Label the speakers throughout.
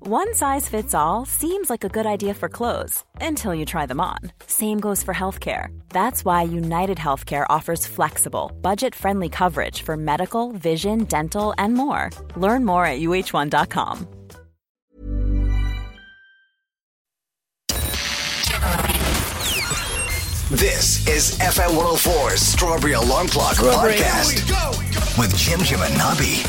Speaker 1: One size fits all seems like a good idea for clothes until you try them on. Same goes for healthcare. That's why United Healthcare offers flexible, budget friendly coverage for medical, vision, dental, and more. Learn more at uh1.com.
Speaker 2: This is FM 104's Strawberry Alarm Clock Podcast with Jim Jim and Nobby.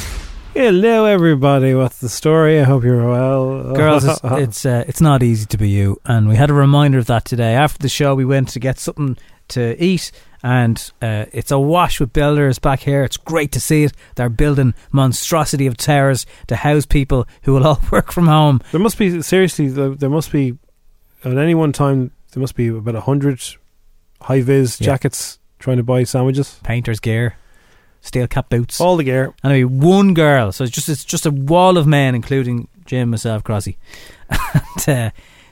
Speaker 3: Hello, everybody. What's the story? I hope you're well.
Speaker 4: Girls, it's it's, uh, it's not easy to be you, and we had a reminder of that today. After the show, we went to get something to eat, and uh, it's a wash with builders back here. It's great to see it. They're building monstrosity of towers to house people who will all work from home.
Speaker 3: there must be seriously. There there must be at any one time there must be about a hundred high vis
Speaker 4: Yeah.
Speaker 3: jackets trying to buy sandwiches.
Speaker 4: Painters gear, steel cap boots.
Speaker 3: All the gear.
Speaker 4: Anyway, one girl. So it's just it's just a wall of men, including Jim, myself, Crossy. And uh,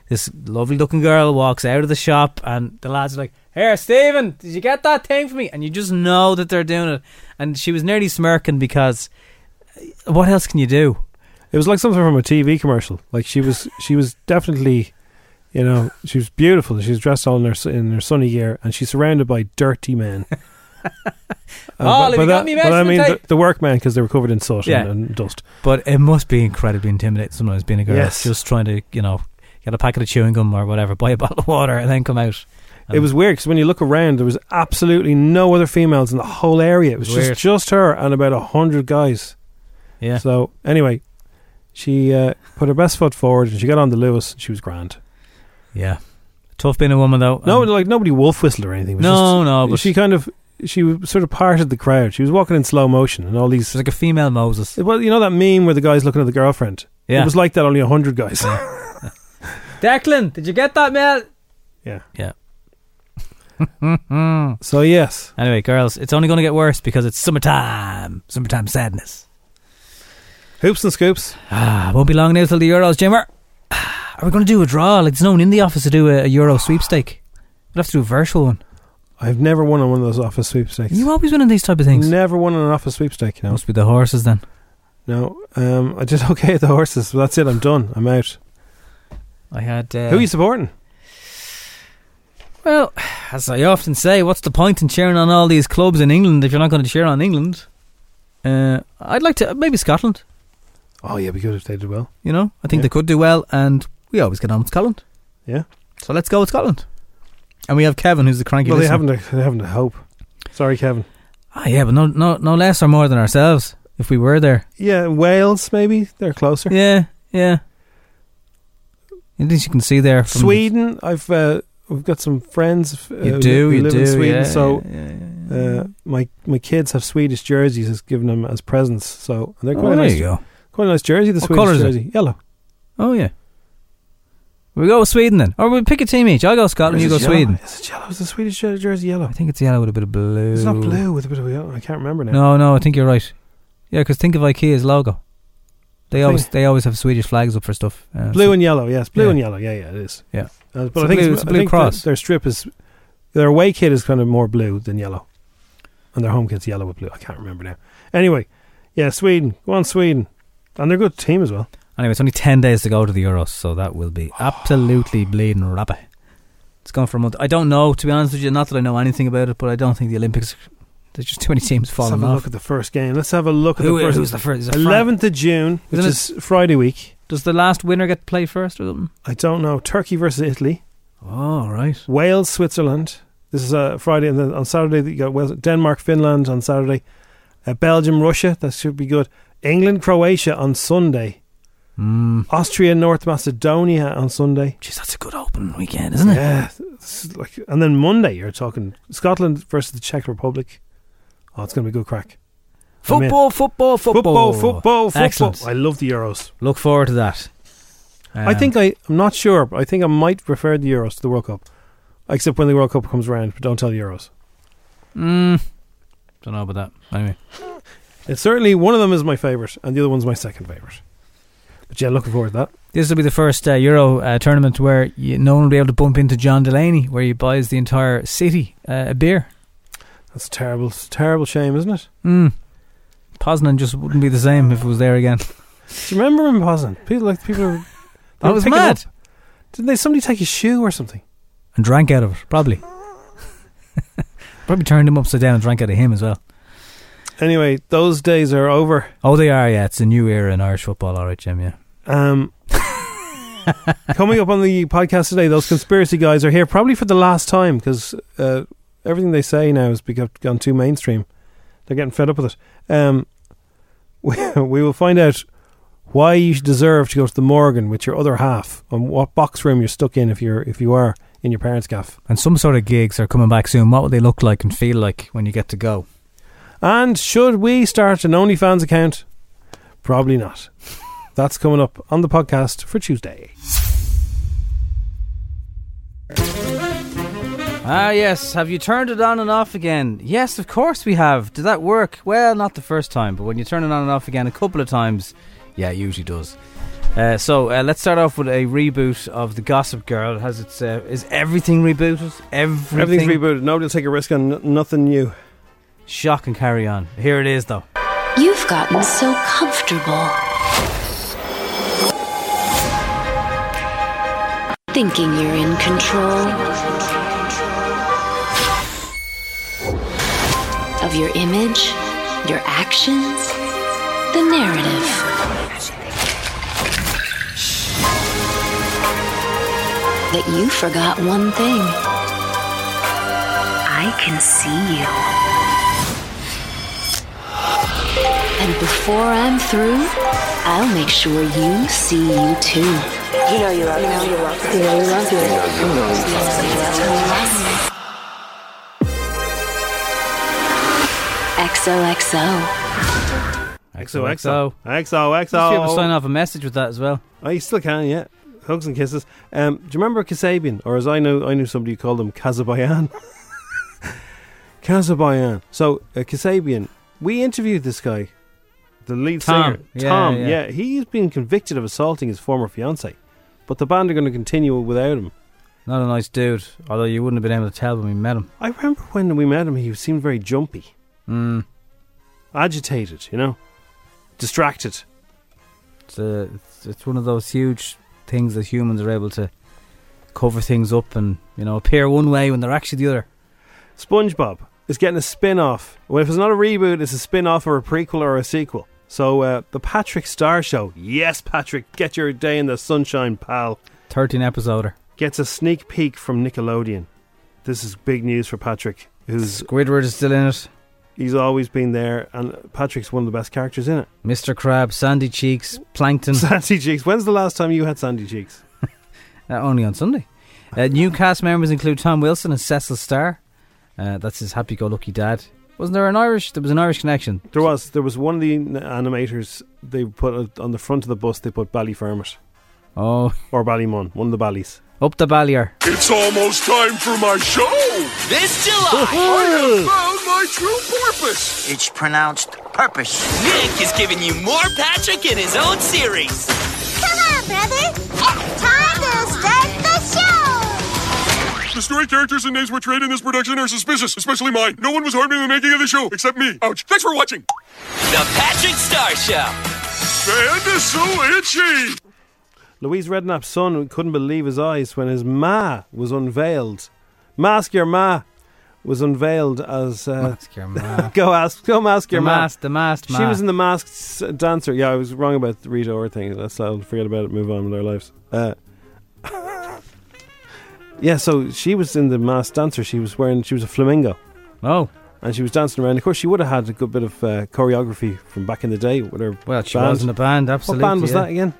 Speaker 4: this lovely looking girl walks out of the shop, and the lads are like, "Here, Stephen, did you get that thing for me?" And you just know that they're doing it. And she was nearly smirking because uh, what else can you do?
Speaker 3: It was like something from a TV commercial. Like she was, she was definitely, you know, she was beautiful. She was dressed all in her in her sunny gear, and she's surrounded by dirty men. Uh,
Speaker 4: Olive, Oh, you got me
Speaker 3: but I
Speaker 4: measurement
Speaker 3: mean the,
Speaker 4: tape.
Speaker 3: the workmen because they were covered in soot
Speaker 4: Yeah.
Speaker 3: and, and dust.
Speaker 4: But it must be incredibly intimidating sometimes being a girl,
Speaker 3: Yes.
Speaker 4: just trying to you know get a packet of chewing gum or whatever, buy a bottle of water, and then come out.
Speaker 3: It was weird because when you look around, there was absolutely no other females in the whole area. It was
Speaker 4: was weird.
Speaker 3: just, just her and about a hundred guys.
Speaker 4: Yeah.
Speaker 3: So anyway, she uh, put her best foot forward and she got on the Lewis. And she was grand.
Speaker 4: Yeah, tough being a woman though.
Speaker 3: No,
Speaker 4: and-
Speaker 3: like nobody wolf whistled or anything. It was
Speaker 4: No,
Speaker 3: just-
Speaker 4: no, but-
Speaker 3: she kind of she was sort of parted the crowd. She was walking in slow motion and all
Speaker 4: She's
Speaker 3: these.
Speaker 4: like a female Moses.
Speaker 3: Well, you know that meme where the guy's looking at the girlfriend.
Speaker 4: Yeah.
Speaker 3: It was like that. Only a hundred guys.
Speaker 4: Declan, did you get that mail?
Speaker 3: yeah.
Speaker 4: Yeah.
Speaker 3: So yes,
Speaker 4: Anyway, girls, it's only going to get worse because it's summertime. Summertime sadness.
Speaker 3: hoops and scoops.
Speaker 4: Ah, won't be long now till the Euros, Jimmer. Ah, Are we going to do a draw? Like, there's no one in the office to do a, a Euro sweepstake. We'll have to do a virtual one.
Speaker 3: I've never won on one of those office sweepstakes.
Speaker 4: You always win on these type of things.
Speaker 3: Never won on an office sweepstake. You know.
Speaker 4: Must be the horses then.
Speaker 3: No, um, I did okay at the horses, but that's it. I'm done. I'm out.
Speaker 4: I had. Uh,
Speaker 3: Who are you supporting?
Speaker 4: Well, as I often say, what's the point in cheering on all these clubs in England if you're not going to cheer on England? Uh, I'd like to. Maybe Scotland.
Speaker 3: Oh, yeah, it'd be good if they did well.
Speaker 4: You know, I think
Speaker 3: Yeah.
Speaker 4: they could do well, and we always get on with Scotland.
Speaker 3: Yeah.
Speaker 4: So let's go with Scotland. And we have Kevin, who's the cranky.
Speaker 3: well, they
Speaker 4: listener.
Speaker 3: haven't. uh, A, they haven't a hope. Sorry, Kevin.
Speaker 4: Ah, yeah, but no, no, no less or more than ourselves if we were there.
Speaker 3: Yeah, Wales maybe they're closer.
Speaker 4: Yeah, yeah. At least you can see there. From
Speaker 3: Sweden. I've uh, we've got some friends. Uh,
Speaker 4: the, you
Speaker 3: who
Speaker 4: do,
Speaker 3: li-
Speaker 4: you
Speaker 3: live
Speaker 4: do.
Speaker 3: In Sweden,
Speaker 4: yeah,
Speaker 3: so
Speaker 4: yeah, yeah, yeah.
Speaker 3: uh, my my kids have Swedish jerseys. Has given them as presents. So and they're quite
Speaker 4: oh,
Speaker 3: a
Speaker 4: there
Speaker 3: nice.
Speaker 4: you go.
Speaker 3: Quite a nice jersey. The
Speaker 4: What
Speaker 3: Swedish
Speaker 4: colour is it?
Speaker 3: jersey, yellow.
Speaker 4: Oh yeah. We go with Sweden then, or we pick a team each. I go
Speaker 3: Or
Speaker 4: Scotland,
Speaker 3: is
Speaker 4: you go
Speaker 3: it yellow?
Speaker 4: Sweden.
Speaker 3: Is it yellow? Is the Swedish jer- jersey yellow?
Speaker 4: I think it's yellow with a bit of blue.
Speaker 3: It's not blue with a bit of yellow. I can't remember now.
Speaker 4: No, no, I think you're right. Yeah, because think of IKEA's logo. They
Speaker 3: Thing-
Speaker 4: always they always have Swedish flags up for stuff. Uh,
Speaker 3: Blue and yellow, yes. Blue
Speaker 4: Yeah.
Speaker 3: and yellow, yeah, yeah, it is.
Speaker 4: Yeah.
Speaker 3: Uh,
Speaker 4: a
Speaker 3: but I think
Speaker 4: blue-
Speaker 3: it's,
Speaker 4: it's
Speaker 3: I
Speaker 4: a blue
Speaker 3: think
Speaker 4: cross.
Speaker 3: Their, their strip is, their away kit is kind of more blue than yellow, and their home kit's yellow with blue. I can't remember now. Anyway, yeah, Sweden. Go on, Sweden, and they're a good team as well.
Speaker 4: Anyway, it's only 10 days to go to the Euros, so that will be absolutely bleeding rapid. It's gone for a month. I don't know, to be honest with you, not that I know anything about it, but I don't think the Olympics, there's just too many
Speaker 3: Let's
Speaker 4: teams
Speaker 3: have
Speaker 4: falling
Speaker 3: a look
Speaker 4: off.
Speaker 3: at the first game. Let's have a look at
Speaker 4: Who
Speaker 3: the
Speaker 4: is-
Speaker 3: first.
Speaker 4: who's the first? Is it Fran-
Speaker 3: Eleventh of June, which
Speaker 4: Isn't
Speaker 3: is Friday week.
Speaker 4: Does the last winner get to play first or something?
Speaker 3: I don't know. Turkey versus Italy,
Speaker 4: Oh, right.
Speaker 3: Wales, Switzerland. This is uh, Friday, and then on Saturday you got Wales, Denmark, Finland on Saturday, uh, Belgium, Russia. That should be good. England, Croatia on Sunday.
Speaker 4: Mm.
Speaker 3: Austria, North Macedonia on Sunday.
Speaker 4: Jeez, that's a good open weekend, isn't it?
Speaker 3: Yeah, this is like, and then Monday you're talking Scotland versus the Czech Republic. Oh, it's going to be good crack. I'm in.
Speaker 4: Football, football, football.
Speaker 3: football, football, football.
Speaker 4: Excellent.
Speaker 3: I love the Euros.
Speaker 4: Look forward to that.
Speaker 3: I
Speaker 4: Um,
Speaker 3: think I, I'm not sure, but I think I might prefer the Euros to the World Cup. Except when the World Cup comes around, but don't tell the Euros.
Speaker 4: Mm, don't know about that. Anyway,
Speaker 3: It's certainly one of them is my favourite, and the other one's my second favourite. But yeah, looking forward to that.
Speaker 4: this will be the first uh, Euro uh, tournament where you, no one will be able to bump into John Delaney, where he buys the entire city uh, a beer.
Speaker 3: That's a terrible, it's a terrible shame, isn't it?
Speaker 4: Mm. Poznan just wouldn't be the same if it was there again.
Speaker 3: Do you remember him, Posen? People like people are. they
Speaker 4: That
Speaker 3: were
Speaker 4: was
Speaker 3: picking
Speaker 4: mad.
Speaker 3: up- Didn't they? Somebody take his shoe or something?
Speaker 4: And drank out of it, probably. probably turned him upside down and drank out of him as well.
Speaker 3: Anyway, those days are over.
Speaker 4: Oh, they are, yeah. It's a new era in Irish football, all right, Jim, yeah.
Speaker 3: Um, coming up on the podcast today, those conspiracy guys are here probably for the last time because uh, everything they say now has become gone too mainstream. They're getting fed up with it. Um, we, we will find out why you deserve to go to the Morgan with your other half and what box room you're stuck in if you're if you are in your parents' gaff.
Speaker 4: And some sort of gigs are coming back soon. What will they look like and feel like when you get to go?
Speaker 3: And should we start an OnlyFans account? Probably not. That's coming up on the podcast for Tuesday.
Speaker 4: Ah, yes. Have you turned it on and off again? Yes, of course we have. Did that work? Well, not the first time, but when you turn it on and off again a couple of times, yeah, it usually does. Uh, so uh, let's start off with a reboot of the Gossip Girl. It has its uh, is everything rebooted? Everything.
Speaker 3: Everything's rebooted. Nobody will take a risk on n- nothing new.
Speaker 4: Shock and carry on. Here it is, though.
Speaker 5: You've gotten so comfortable. Thinking you're in control of your image, your actions, the narrative. That you forgot one thing. I can see you. And before I'm through, I'll make sure you see you too. You know you love you. Know you love you. know you love you. XOXO.
Speaker 4: XOXO. Just be able to sign
Speaker 3: XOXO.
Speaker 4: off a message with that as well.
Speaker 3: I Oh, still can, yeah. Hugs and kisses. Um, do you remember Kasabian? Or as I know, I knew somebody who called him Kazabayan. Kazabayan. So, uh, Kasabian, we interviewed this guy, the lead
Speaker 4: Tom.
Speaker 3: singer.
Speaker 4: Yeah,
Speaker 3: Tom,
Speaker 4: yeah.
Speaker 3: He's been convicted of assaulting his former fiancee, but the band are going to continue without him.
Speaker 4: Not a nice dude, although you wouldn't have been able to tell when we met him.
Speaker 3: I remember when we met him, he seemed very jumpy.
Speaker 4: Mm.
Speaker 3: agitated, you know, distracted.
Speaker 4: It's, a, it's it's one of those huge things that humans are able to cover things up and you know appear one way when they're actually the other.
Speaker 3: SpongeBob is getting a spin off. Well, if it's not a reboot, it's a spin off or a prequel or a sequel. So, uh, The Patrick Star Show. Yes, Patrick, get your day in the sunshine, pal.
Speaker 4: Thirteen episoder.
Speaker 3: Gets a sneak peek from Nickelodeon. This is big news for Patrick, who's
Speaker 4: Squidward is still in it.
Speaker 3: he's always been there, and Patrick's one of the best characters in it.
Speaker 4: Mr. Crab, Sandy Cheeks, Plankton.
Speaker 3: Sandy Cheeks. When's the last time you had Sandy Cheeks?
Speaker 4: Uh, only on Sunday. Uh, new cast members include Tom Wilson and Cecil Starr. Uh, that's his happy-go-lucky dad. Wasn't there an Irish? There was an Irish connection.
Speaker 3: There was there was one of the n- animators they put uh, on the front of the bus. They put Ballyfermot
Speaker 4: Oh,
Speaker 3: or Ballymun, one of the Ballys.
Speaker 4: up the Ballier.
Speaker 6: It's almost time for my show. This July, I have found my true purpose.
Speaker 7: It's pronounced purpose.
Speaker 6: Nick is giving you more Patrick in his own series.
Speaker 8: Come on, brother. It's time to start the show.
Speaker 6: The story, characters, and names portrayed in this production are suspicious, especially mine. No one was harmed in the making of the show except me. Ouch! Thanks for watching. The Patrick Star Show. And it's so itchy.
Speaker 3: Louise Redknapp's son couldn't believe his eyes when his ma was unveiled. Mask your ma was unveiled as uh,
Speaker 4: Mask your mask.
Speaker 3: go ask go mask
Speaker 4: the
Speaker 3: your ma.
Speaker 4: mask, the mask,
Speaker 3: She was in the masked S- dancer. Yeah, I was wrong about the Rita Ora thing. That's I'll forget about it. Move on with our lives. Uh, yeah, so she was in the masked dancer. She was wearing she was a flamingo
Speaker 4: Oh,
Speaker 3: and she was dancing around. Of course, she would have had a good bit of uh, choreography from back in the day with her.
Speaker 4: well, she
Speaker 3: band.
Speaker 4: was in a band. Absolutely.
Speaker 3: what band was
Speaker 4: yeah.
Speaker 3: that again?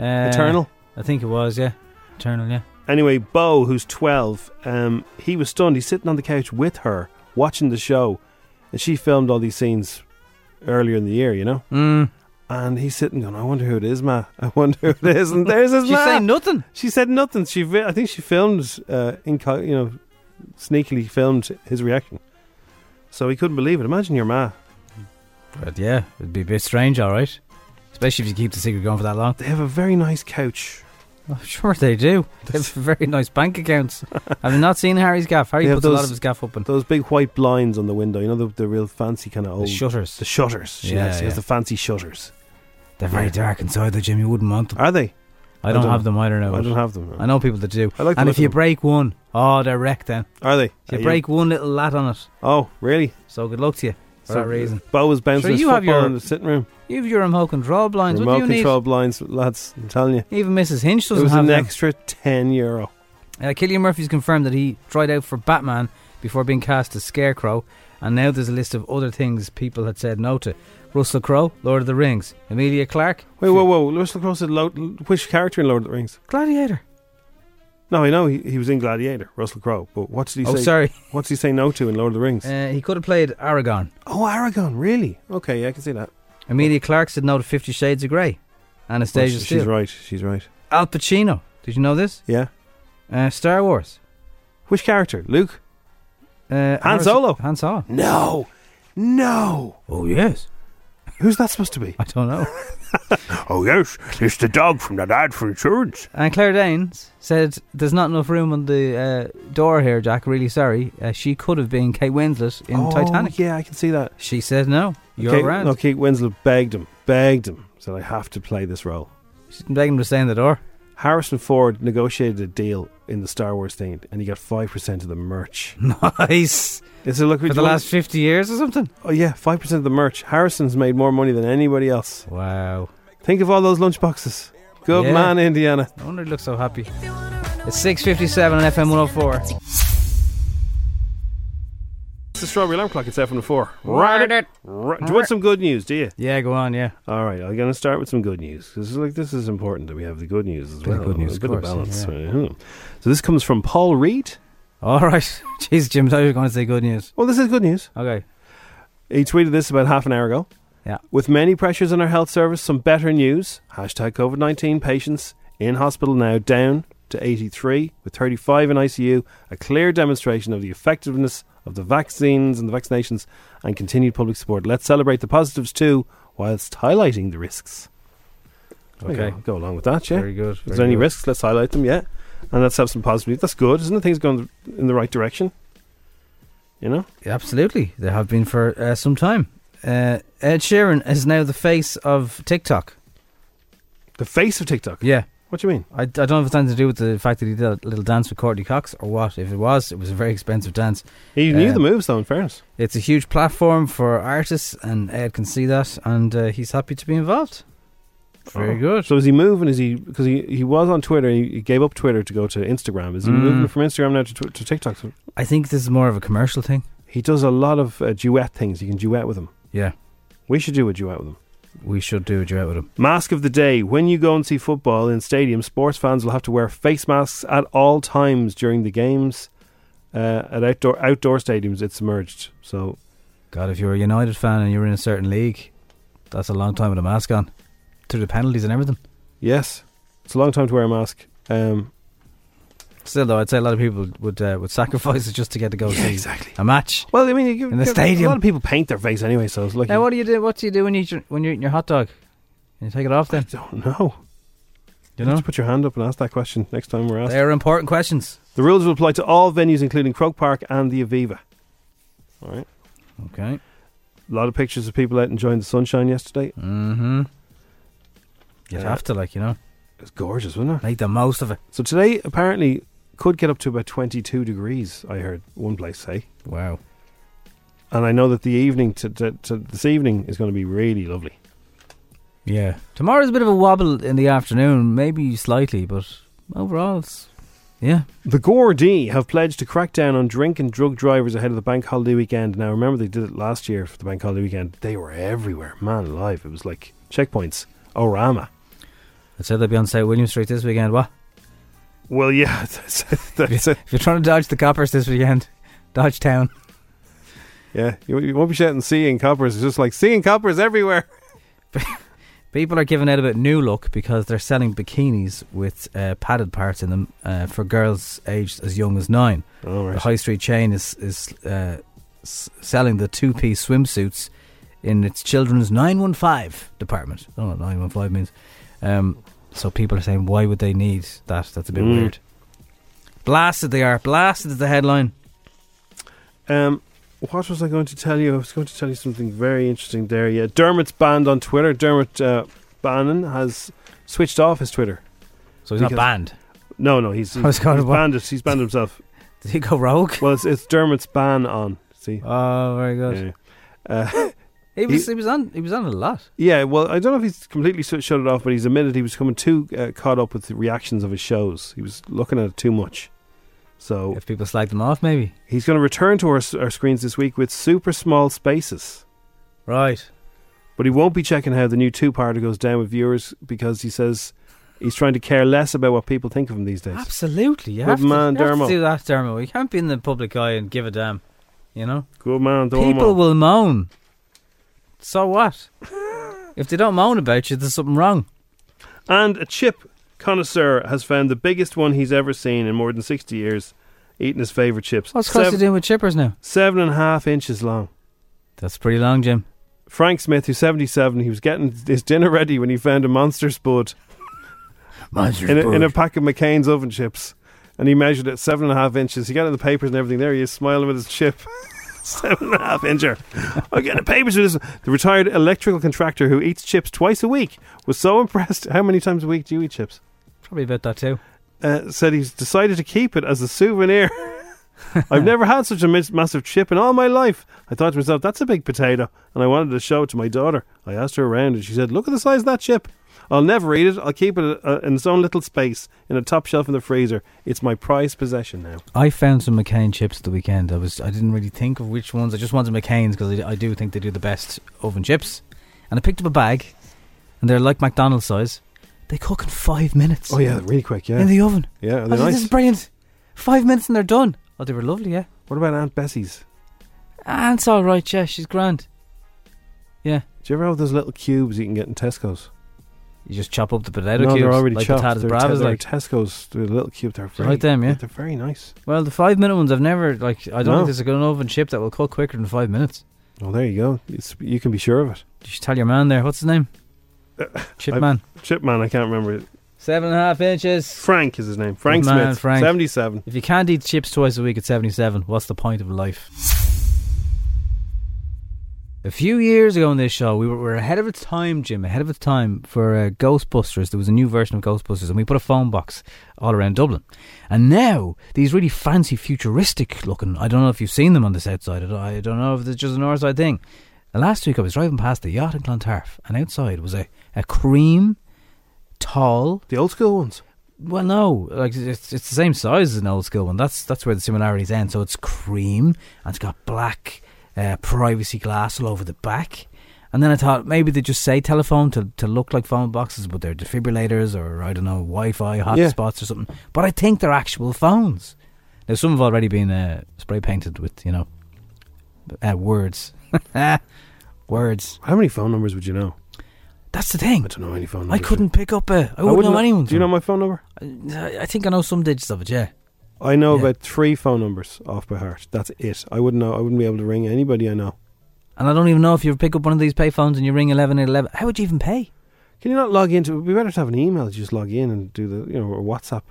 Speaker 4: Uh,
Speaker 3: Eternal.
Speaker 4: I think it was, yeah. Eternal, yeah.
Speaker 3: Anyway, Bo, who's 12, um, he was stunned. He's sitting on the couch with her, watching the show. And she filmed all these scenes earlier in the year, you know?
Speaker 4: Mm.
Speaker 3: And he's sitting going, I wonder who it is, ma. I wonder who it is. And there's his
Speaker 4: She's
Speaker 3: ma.
Speaker 4: saying nothing.
Speaker 3: She said nothing. She, vi- I think she filmed, uh, inco- you know, sneakily filmed his reaction. So he couldn't believe it. Imagine your ma.
Speaker 4: But yeah, it'd be a bit strange, all right. Especially if you keep the secret going for that long.
Speaker 3: They have a very nice couch.
Speaker 4: I'm sure they do. They have very nice bank accounts. I've not seen Harry's gaff. Harry
Speaker 3: They have
Speaker 4: puts a lot
Speaker 3: those-
Speaker 4: of his gaff up in
Speaker 3: Those big white blinds on the window. You know, the, the real fancy kind of
Speaker 4: the
Speaker 3: old.
Speaker 4: shutters.
Speaker 3: the shutters. She,
Speaker 4: Yeah,
Speaker 3: has, she has
Speaker 4: yeah.
Speaker 3: the fancy shutters.
Speaker 4: They're very dark inside, though, Jim. You wouldn't want them.
Speaker 3: Are they?
Speaker 4: I don't
Speaker 3: don't
Speaker 4: have
Speaker 3: know.
Speaker 4: them either now.
Speaker 3: I
Speaker 4: but
Speaker 3: don't have them.
Speaker 4: I know people that do.
Speaker 3: I like the
Speaker 4: and
Speaker 3: look
Speaker 4: if
Speaker 3: of
Speaker 4: you
Speaker 3: them.
Speaker 4: break one, oh, they're wrecked then.
Speaker 3: Are they?
Speaker 4: If you
Speaker 3: Are
Speaker 4: break one little lat on it,
Speaker 3: Oh, really?
Speaker 4: so good luck to you for that reason.
Speaker 3: Bo was bouncing
Speaker 4: Sure,
Speaker 3: his
Speaker 4: you
Speaker 3: football
Speaker 4: have your-
Speaker 3: in the sitting room.
Speaker 4: You have your remote control blinds.
Speaker 3: Remote
Speaker 4: what do you
Speaker 3: control blinds, lads. I'm telling you,
Speaker 4: need? Even Mrs. Hinch
Speaker 3: it
Speaker 4: doesn't
Speaker 3: was
Speaker 4: have
Speaker 3: an
Speaker 4: them.
Speaker 3: extra ten euro.
Speaker 4: Uh, Killian Murphy's confirmed that he tried out for Batman before being cast as Scarecrow, and now there's a list of other things people had said no to. Russell Crowe, Lord of the Rings. Amelia Clark,
Speaker 3: Wait, whoa, whoa! Russell Crowe said, Lo- "Which character in Lord of the Rings?"
Speaker 4: Gladiator.
Speaker 3: No, I know he, he was in Gladiator, Russell Crowe. But what did he
Speaker 4: Oh,
Speaker 3: say?
Speaker 4: sorry.
Speaker 3: What did he say no to in Lord of the Rings?
Speaker 4: Uh, he could have played Aragon.
Speaker 3: oh, Aragon, really? Okay, yeah, I can see that.
Speaker 4: Amelia Clark said no to Fifty Shades of Grey.
Speaker 3: Well,
Speaker 4: Anastasia
Speaker 3: she-
Speaker 4: Steele.
Speaker 3: she's right. She's right.
Speaker 4: Al Pacino. Did you know this?
Speaker 3: Yeah.
Speaker 4: Uh, Star Wars.
Speaker 3: Which character? Luke?
Speaker 4: Uh, Harrison-
Speaker 3: Solo.
Speaker 4: Han Solo.
Speaker 3: No, no.
Speaker 4: Oh, yes.
Speaker 3: Who's that supposed to be?
Speaker 4: I don't know.
Speaker 3: Oh yes, it's the dog from the ad for insurance.
Speaker 4: And Claire Danes said, "There's not enough room on the uh, door here, Jack. Really sorry. Uh, she could have been Kate Winslet in
Speaker 3: oh,
Speaker 4: Titanic."
Speaker 3: Yeah, I can see that.
Speaker 4: She said, "No, you're
Speaker 3: Kate,
Speaker 4: around."
Speaker 3: No, Kate Winslet begged him, begged him, said, "I have to play this role."
Speaker 4: She's begging him to stay in the door.
Speaker 3: Harrison Ford negotiated a deal in the Star Wars thing, and he got five percent of the merch.
Speaker 4: Nice
Speaker 3: Is it look
Speaker 4: for the last fifty years or something.
Speaker 3: Oh yeah, five percent of the merch. Harrison's made more money than anybody else.
Speaker 4: Wow.
Speaker 3: Think of all those lunchboxes. Good
Speaker 4: Yeah.
Speaker 3: man, Indiana.
Speaker 4: No wonder he looks so happy. It's six fifty-seven on FM one hundred four.
Speaker 3: It's the strawberry alarm clock. It's seven and four. Right. it. Right. Do you want some good news? Do you?
Speaker 4: Yeah, go on. Yeah.
Speaker 3: All right. I'm going to start with some good news because like this is important that we have the good news as
Speaker 4: Bit of
Speaker 3: well.
Speaker 4: good news,
Speaker 3: a
Speaker 4: of
Speaker 3: bit
Speaker 4: course,
Speaker 3: balance.
Speaker 4: yeah.
Speaker 3: Mhm. So this comes from Paul Reed.
Speaker 4: All right. Jeez, Jim, I thought you were going to say good news.
Speaker 3: Well, this is good news.
Speaker 4: Okay.
Speaker 3: He tweeted this about half an hour ago.
Speaker 4: Yeah.
Speaker 3: With many pressures on our health service, some better news. Hashtag COVID 19 patients in hospital now down to 83, with 35 in ICU. A clear demonstration of the effectiveness of the vaccines and the vaccinations and continued public support. Let's celebrate the positives too, whilst highlighting the risks. There you
Speaker 4: Okay.
Speaker 3: Go, go along with that, yeah.
Speaker 4: Very good.
Speaker 3: If there's
Speaker 4: very
Speaker 3: any
Speaker 4: good.
Speaker 3: risks, let's highlight them, yeah. And let's have some positivity. That's good, isn't it? Things going in the right direction. You know?
Speaker 4: Absolutely, they have been for uh, some time. Uh, Ed Sheeran is now the face of TikTok.
Speaker 3: The face of TikTok.
Speaker 4: Yeah,
Speaker 3: What do you mean?
Speaker 4: I, I don't know if it's anything to do with the fact that he did a little dance with Courtney Cox or what. If it was, it was a very expensive dance.
Speaker 3: He knew
Speaker 4: Uh,
Speaker 3: the moves, though, in fairness.
Speaker 4: It's a huge platform for artists, and Ed can see that, and uh, he's happy to be involved. Very
Speaker 3: Oh.
Speaker 4: good.
Speaker 3: So is he moving? Is he because he, he was on Twitter? He he gave up Twitter to go to Instagram. Is he
Speaker 4: Mm.
Speaker 3: moving from Instagram now to, tw- to TikTok? So
Speaker 4: I think this is more of a commercial thing.
Speaker 3: he does a lot of uh, duet things. You can duet with him.
Speaker 4: Yeah,
Speaker 3: We should do a duet with him.
Speaker 4: we should do a duet with him.
Speaker 3: Mask of the day. When you go and see football in stadiums, sports fans will have to wear face masks at all times during the games. Uh, at outdoor outdoor stadiums, it's emerged. So
Speaker 4: God, if you're a United fan and you're in a certain league, that's a long time with a mask on. Through the penalties and everything.
Speaker 3: yes, it's a long time to wear a mask. Um,
Speaker 4: Still, though, I'd say a lot of people would uh, would sacrifice it just to get to go
Speaker 3: Yeah,
Speaker 4: see
Speaker 3: exactly.
Speaker 4: a match.
Speaker 3: well, I mean, you,
Speaker 4: In the
Speaker 3: you-
Speaker 4: stadium.
Speaker 3: a lot of people paint their face anyway. So it's like
Speaker 4: Now, what do you do? What do you do when you eat your, when you're eating your hot dog? And you take it off then.
Speaker 3: don't know. You
Speaker 4: You
Speaker 3: have
Speaker 4: know,
Speaker 3: to put your hand up and ask that question next time we're asked.
Speaker 4: they are important questions.
Speaker 3: The rules will apply to all venues, including Croke Park and the Aviva. All right.
Speaker 4: Okay.
Speaker 3: A lot of pictures of people out enjoying the sunshine yesterday.
Speaker 4: Mm-hmm. You'd
Speaker 3: Yeah.
Speaker 4: have to, like, you know,
Speaker 3: It was gorgeous, wasn't it?
Speaker 4: make the most of it.
Speaker 3: So today apparently could get up to about 22 degrees, I heard one place say.
Speaker 4: Wow.
Speaker 3: And I know that the evening to, to, to this evening is going to be really lovely.
Speaker 4: Yeah. Tomorrow's a bit of a wobble in the afternoon, maybe slightly, but overall, it's yeah.
Speaker 3: The Gordie have pledged to crack down on drink and drug drivers ahead of the bank holiday weekend. Now, remember, they did it last year for the bank holiday weekend. They were everywhere. Man alive. It was like checkpoints, Orama.
Speaker 4: I'd say they'll be on St William Street this weekend. What?
Speaker 3: Well, yeah, that's, that's it.
Speaker 4: If you're trying to dodge the coppers this weekend, dodge town.
Speaker 3: Yeah, you, you won't be shouting seeing coppers. It's just like seeing coppers everywhere.
Speaker 4: People are giving out about New Look because they're selling bikinis with uh, padded parts in them uh, for girls aged as young as nine.
Speaker 3: Oh, right.
Speaker 4: The high street chain is is uh, s- selling the two piece swimsuits in its children's nine one five department. I don't know what nine one five means. Um, so people are saying, why would they need that? That's a bit
Speaker 3: Mm.
Speaker 4: weird. Blasted they are. Blasted is the headline.
Speaker 3: Um, what was I going to tell you? I was going to tell you something very interesting there. Yeah, Dermot's banned on Twitter. Dermot uh, Bannon has switched off his Twitter.
Speaker 4: So he's not
Speaker 3: Because-
Speaker 4: banned.
Speaker 3: No, no, he's, he's,
Speaker 4: was going
Speaker 3: he's
Speaker 4: to-
Speaker 3: banned it. He's banned himself.
Speaker 4: Did he go rogue?
Speaker 3: Well, it's, it's Dermot's ban on. See,
Speaker 4: Oh, very good.
Speaker 3: yeah. Uh,
Speaker 4: He was
Speaker 3: He-
Speaker 4: he was on he was on a lot.
Speaker 3: yeah. Well, I don't know if he's completely sw- shut it off, but he's admitted he was coming too uh, caught up with the reactions of his shows. He was looking at it too much. So
Speaker 4: If people slagged him off, maybe.
Speaker 3: he's going to return to our, s- our screens this week with super small spaces.
Speaker 4: Right.
Speaker 3: but he won't be checking how the new two parter goes down with viewers because he says he's trying to care less about what people think of him these days.
Speaker 4: Absolutely. You
Speaker 3: Good
Speaker 4: have,
Speaker 3: man,
Speaker 4: to, you have to
Speaker 3: Dermot.
Speaker 4: do that, Dermo. You can't be in the public eye and give a damn. You know?
Speaker 3: Good man, Dormo.
Speaker 4: People will moan. So what? if they don't moan about you, there's something wrong.
Speaker 3: and a chip connoisseur has found the biggest one he's ever seen in more than sixty years, eating his favourite chips.
Speaker 4: What's Crossy
Speaker 3: seven,
Speaker 4: doing with chippers now?
Speaker 3: seven and a half inches long.
Speaker 4: That's pretty long, Jim.
Speaker 3: Frank Smith, who's seventy-seven, he was getting his dinner ready when he found a monster spud
Speaker 4: Monster
Speaker 3: in a, in a pack of McCain's oven chips, and he measured it seven and a half inches. He got it in the papers and everything. There he is, smiling with his chip. seven and a half incher. I get the papers with this. The retired electrical contractor who eats chips twice a week was so impressed. How many times a week do you eat chips?
Speaker 4: Probably about that too.
Speaker 3: Uh, said he's decided to keep it as a souvenir. I've never had such a mis- massive chip in all my life. I thought to myself, that's a big potato, and I wanted to show it to my daughter. I asked her around, and she said, "Look at the size of that chip." I'll never eat it. I'll keep it uh, in its own little space in a top shelf in the freezer. It's my prized possession now.
Speaker 4: I found some McCain chips the weekend. I was I didn't really think of which ones. I just wanted McCain's because I, I do think they do the best oven chips. And I picked up a bag, and they're like McDonald's size. They cook in five minutes.
Speaker 3: Oh yeah, really quick. Yeah,
Speaker 4: in the oven.
Speaker 3: yeah. Are
Speaker 4: I
Speaker 3: they
Speaker 4: was like, this
Speaker 3: nice?
Speaker 4: is brilliant. Five minutes and they're done. Oh, they were lovely, yeah.
Speaker 3: What about Aunt Bessie's?
Speaker 4: And Ah, it's all right, yeah. She's grand. Yeah,
Speaker 3: Do you ever have those little cubes you can get in Tesco's?
Speaker 4: you just chop up the potato
Speaker 3: no,
Speaker 4: cubes
Speaker 3: they're already
Speaker 4: like
Speaker 3: chopped.
Speaker 4: patatas
Speaker 3: they're,
Speaker 4: bravas.
Speaker 3: they're
Speaker 4: like
Speaker 3: Tesco's. They're little cubes. They're very
Speaker 4: like them, yeah.
Speaker 3: They're very nice.
Speaker 4: well, the five minute ones I've never like. I don't
Speaker 3: No.
Speaker 4: think there's a good oven chip that will cook quicker than five minutes.
Speaker 3: Oh, there you go. It's, you can be sure of it.
Speaker 4: You should tell your man there. What's his name? Chip
Speaker 3: I've-
Speaker 4: man.
Speaker 3: Chipman, I can't remember. it.
Speaker 4: Seven and a half inches.
Speaker 3: Frank is his name. Frank
Speaker 4: man,
Speaker 3: Smith.
Speaker 4: Frank.
Speaker 3: Seventy-seven.
Speaker 4: If you can't eat chips twice a week at 77, what's the point of life? A few years ago on this show, we were, were ahead of its time, Jim, ahead of its time for uh, Ghostbusters. There was a new version of Ghostbusters, and we put a phone box all around Dublin. And now, these really fancy, futuristic looking, I don't know if you've seen them on the south side, I don't, I don't know if it's just a north side thing. And last week, I was driving past the yacht in Clontarf, and outside was a, a cream, tall,
Speaker 3: The old school ones.
Speaker 4: well, no, like it's it's the same size as an old school one. That's that's where the similarities end. So it's cream and it's got black uh, privacy glass all over the back. And then I thought maybe they just say telephone to, to look like phone boxes, but they're defibrillators or I don't know Wi-Fi
Speaker 3: Yeah.
Speaker 4: hotspots or something. But I think they're actual phones. Now some have already been uh, spray painted with you know uh, words, words.
Speaker 3: How many phone numbers would you know?
Speaker 4: That's the thing.
Speaker 3: I don't know any phone
Speaker 4: I
Speaker 3: numbers.
Speaker 4: couldn't pick up a.
Speaker 3: I
Speaker 4: I wouldn't, know anyone.
Speaker 3: Do you know my phone number?
Speaker 4: I I think I know some digits of it. Yeah.
Speaker 3: I know
Speaker 4: Yeah.
Speaker 3: about three phone numbers off by heart. That's it. I wouldn't know. I wouldn't be able to ring anybody I know.
Speaker 4: And I don't even know if you pick up one of these payphones and you ring 1111. How would you even pay?
Speaker 3: Can you not log into? It'd be better to have an email. You just log in and do the, you know, or WhatsApp.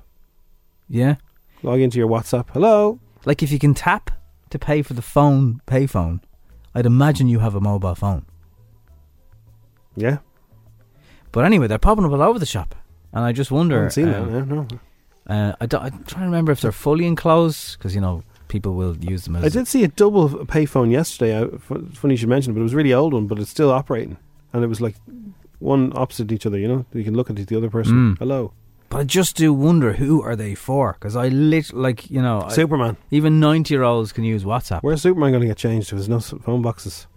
Speaker 4: Yeah.
Speaker 3: Log into your WhatsApp. Hello.
Speaker 4: Like if you can tap to pay for the phone payphone, I'd imagine you have a mobile phone.
Speaker 3: Yeah.
Speaker 4: But anyway, they're popping up all over the shop. And I just
Speaker 3: I
Speaker 4: wonder.
Speaker 3: haven't seen
Speaker 4: um,
Speaker 3: that. No, no.
Speaker 4: uh, I don't, I'm trying to remember if they're fully enclosed because, you know, people will use them as.
Speaker 3: I did see a double f- payphone yesterday. I, f- funny you should mention, it, but it was a really old one, but it's still operating, and it was like one opposite each other. You know, you can look at the other person.
Speaker 4: Mm.
Speaker 3: Hello,
Speaker 4: But I just do wonder who are they for because I lit like, you know, I-
Speaker 3: Superman.
Speaker 4: even 90 year olds can use WhatsApp.
Speaker 3: Where's Superman going to get changed? There's no s- phone boxes.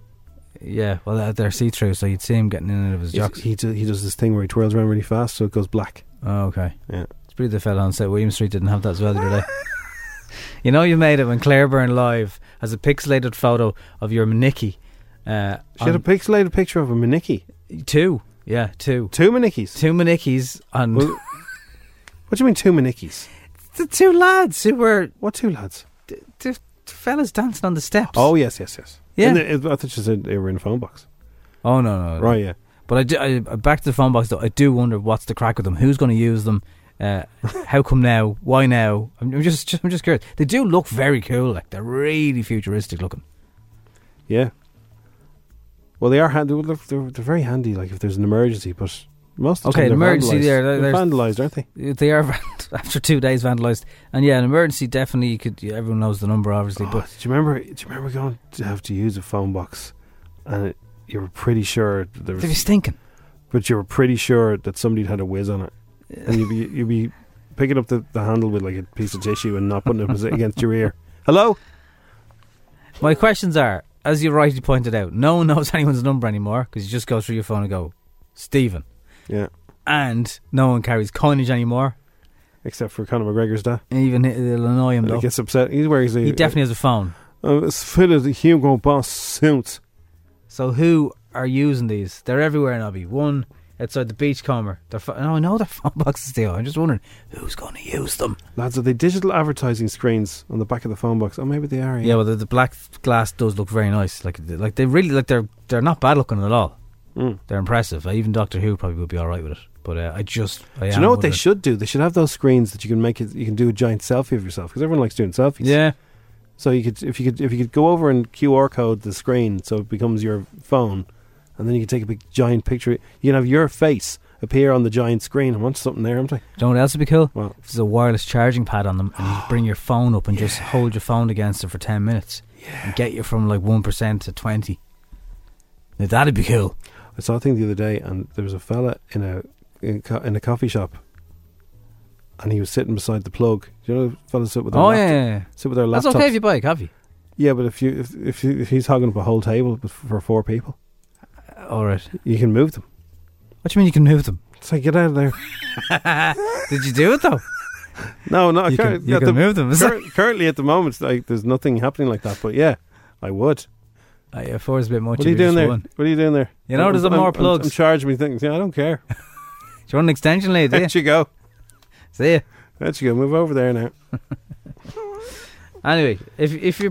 Speaker 4: Yeah, well, they're- they're see through, so you'd see him getting in and out of his
Speaker 3: He's-
Speaker 4: jocks.
Speaker 3: He do, he does this thing where he twirls around really fast, so it goes black.
Speaker 4: Oh, okay.
Speaker 3: Yeah.
Speaker 4: It's pretty the fella on set. William Street didn't have that as well the other day. you know you made it when Claire Byrne Live has a pixelated photo of your Nicky. Uh,
Speaker 3: She had a
Speaker 4: on-
Speaker 3: pixelated picture of a Minicki.
Speaker 4: two. Yeah, two.
Speaker 3: Two Manickies.
Speaker 4: Two Manickies and
Speaker 3: Well- What do you mean two Manickies?
Speaker 4: the two lads who were
Speaker 3: What two lads?
Speaker 4: the, the fellas dancing on the steps.
Speaker 3: Oh yes, yes, yes.
Speaker 4: Yeah.
Speaker 3: In the- I thought you said they were in a phone box.
Speaker 4: oh no, no, no.
Speaker 3: Right, yeah.
Speaker 4: But I, do, I back to the phone box though. I do wonder what's the crack with them. Who's going to use them? Uh, how come now? Why now? I'm, I'm just, just, I'm just curious. They do look very cool. Like they're really futuristic looking.
Speaker 3: Yeah. Well, they are hand- they're, they're, they're very handy. Like if there's an emergency, but most of the
Speaker 4: Okay,
Speaker 3: time
Speaker 4: an
Speaker 3: they're
Speaker 4: emergency,
Speaker 3: vandalized.
Speaker 4: yeah, there-
Speaker 3: they're
Speaker 4: there's-
Speaker 3: vandalized, aren't they?
Speaker 4: They are van- after two days vandalized, and yeah, an emergency definitely. You could yeah, everyone knows the number obviously,
Speaker 3: Oh,
Speaker 4: but
Speaker 3: do you remember? Do you remember going to have to use a phone box, and it, you were pretty sure that there
Speaker 4: they'd be
Speaker 3: was,
Speaker 4: stinking.
Speaker 3: but you were pretty sure that somebody had a whiz on it, and you'd be you'd be picking up the, the handle with like a piece of tissue and not putting it posi- against your ear. Hello.
Speaker 4: My questions are, as you rightly pointed out, no one knows anyone's number anymore because you just go through your phone and go, Stephen,
Speaker 3: Yeah.
Speaker 4: and no one carries coinage anymore.
Speaker 3: Except for Conor McGregor's dad,
Speaker 4: Even it'll annoy him
Speaker 3: and he
Speaker 4: though.
Speaker 3: gets upset. He's wearing his
Speaker 4: He definitely has a phone.
Speaker 3: uh, it's fitted the Hugo Boss suit.
Speaker 4: So who are using these? They're everywhere, Nobby. One outside the beachcomber. They're pho- no, I know they're phone boxes still. I'm just wondering who's going to use them.
Speaker 3: Lads, are they digital advertising screens on the back of the phone box? Oh, maybe they are.
Speaker 4: Yeah, well, the, the black glass does look very nice. Like, th- like they really like they're they're not bad looking at all.
Speaker 3: Mm.
Speaker 4: They're impressive. Uh, Even Doctor Who probably would be all right with it. But uh, I just I
Speaker 3: Do
Speaker 4: am
Speaker 3: you know what they
Speaker 4: wondering.
Speaker 3: should do? They should have those screens that you can make it. You can do a giant selfie of yourself because everyone likes doing selfies.
Speaker 4: Yeah,
Speaker 3: So you could, if you could, if you could go over and QR code the screen so it becomes your phone, and then you can take a big giant picture. You can have your face appear on the giant screen. I want something there, haven't I?
Speaker 4: Do you know what else would be cool?
Speaker 3: Well-
Speaker 4: If there's a wireless charging pad on them, and you bring your phone up and just hold your phone against it for ten minutes, and get you from like one percent to twenty. Now, that'd be cool.
Speaker 3: I saw a thing the other day, and there was a fella in a in, co- in a coffee shop, and he was sitting beside the plug. Do you know the fellas sit with their
Speaker 4: Oh
Speaker 3: laptop,
Speaker 4: yeah, yeah, yeah.
Speaker 3: sit with their laptops.
Speaker 4: that's okay if you buy a coffee.
Speaker 3: yeah, but if you if, if, you, if he's hogging up a whole table but for four people,
Speaker 4: All right.
Speaker 3: you can move them.
Speaker 4: What do you mean you can move them?
Speaker 3: It's like get out of there.
Speaker 4: Did you do it though?
Speaker 3: No, no,
Speaker 4: You
Speaker 3: I
Speaker 4: can-
Speaker 3: can't-
Speaker 4: you
Speaker 3: at
Speaker 4: can move them, is
Speaker 3: cur- currently, at the moment, like there's nothing happening like that. But yeah, I would.
Speaker 4: I uh, four is a bit much.
Speaker 3: What are you
Speaker 4: if just
Speaker 3: doing there?
Speaker 4: one.
Speaker 3: What are you doing there?
Speaker 4: You know,
Speaker 3: I'm-
Speaker 4: there's
Speaker 3: I'm-
Speaker 4: more
Speaker 3: I'm-
Speaker 4: plugs.
Speaker 3: I'm charging me things. Yeah, I don't care.
Speaker 4: Do you want an extension, lad? do you?
Speaker 3: There you go.
Speaker 4: See ya.
Speaker 3: There you go. Move over there now.
Speaker 4: Anyway, if if you're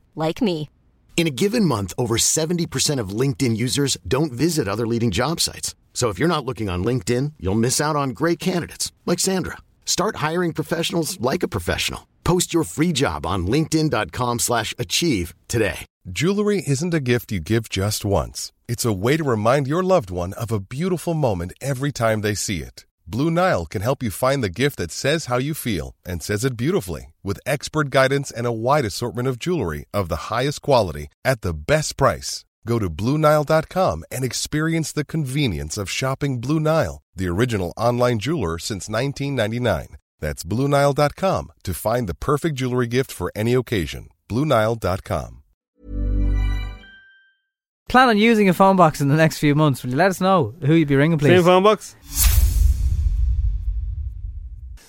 Speaker 9: like me.
Speaker 10: In a given month, over 70% of LinkedIn users don't visit other leading job sites. So if you're not looking on LinkedIn, you'll miss out on great candidates like Sandra. Start hiring professionals like a professional. Post your free job on linkedin.com/achieve slash achieve today.
Speaker 11: Jewelry isn't a gift you give just once. It's a way to remind your loved one of a beautiful moment every time they see it. Blue Nile can help you find the gift that says how you feel and says it beautifully with expert guidance and a wide assortment of jewelry of the highest quality at the best price. Go to BlueNile.com and experience the convenience of shopping Blue Nile, the original online jeweler since 1999. That's BlueNile.com to find the perfect jewelry gift for any occasion. BlueNile.com.
Speaker 4: planning on using a phone box in the next few months, will you let us know who you'd be ringing,
Speaker 3: Same
Speaker 4: please?
Speaker 3: phone box.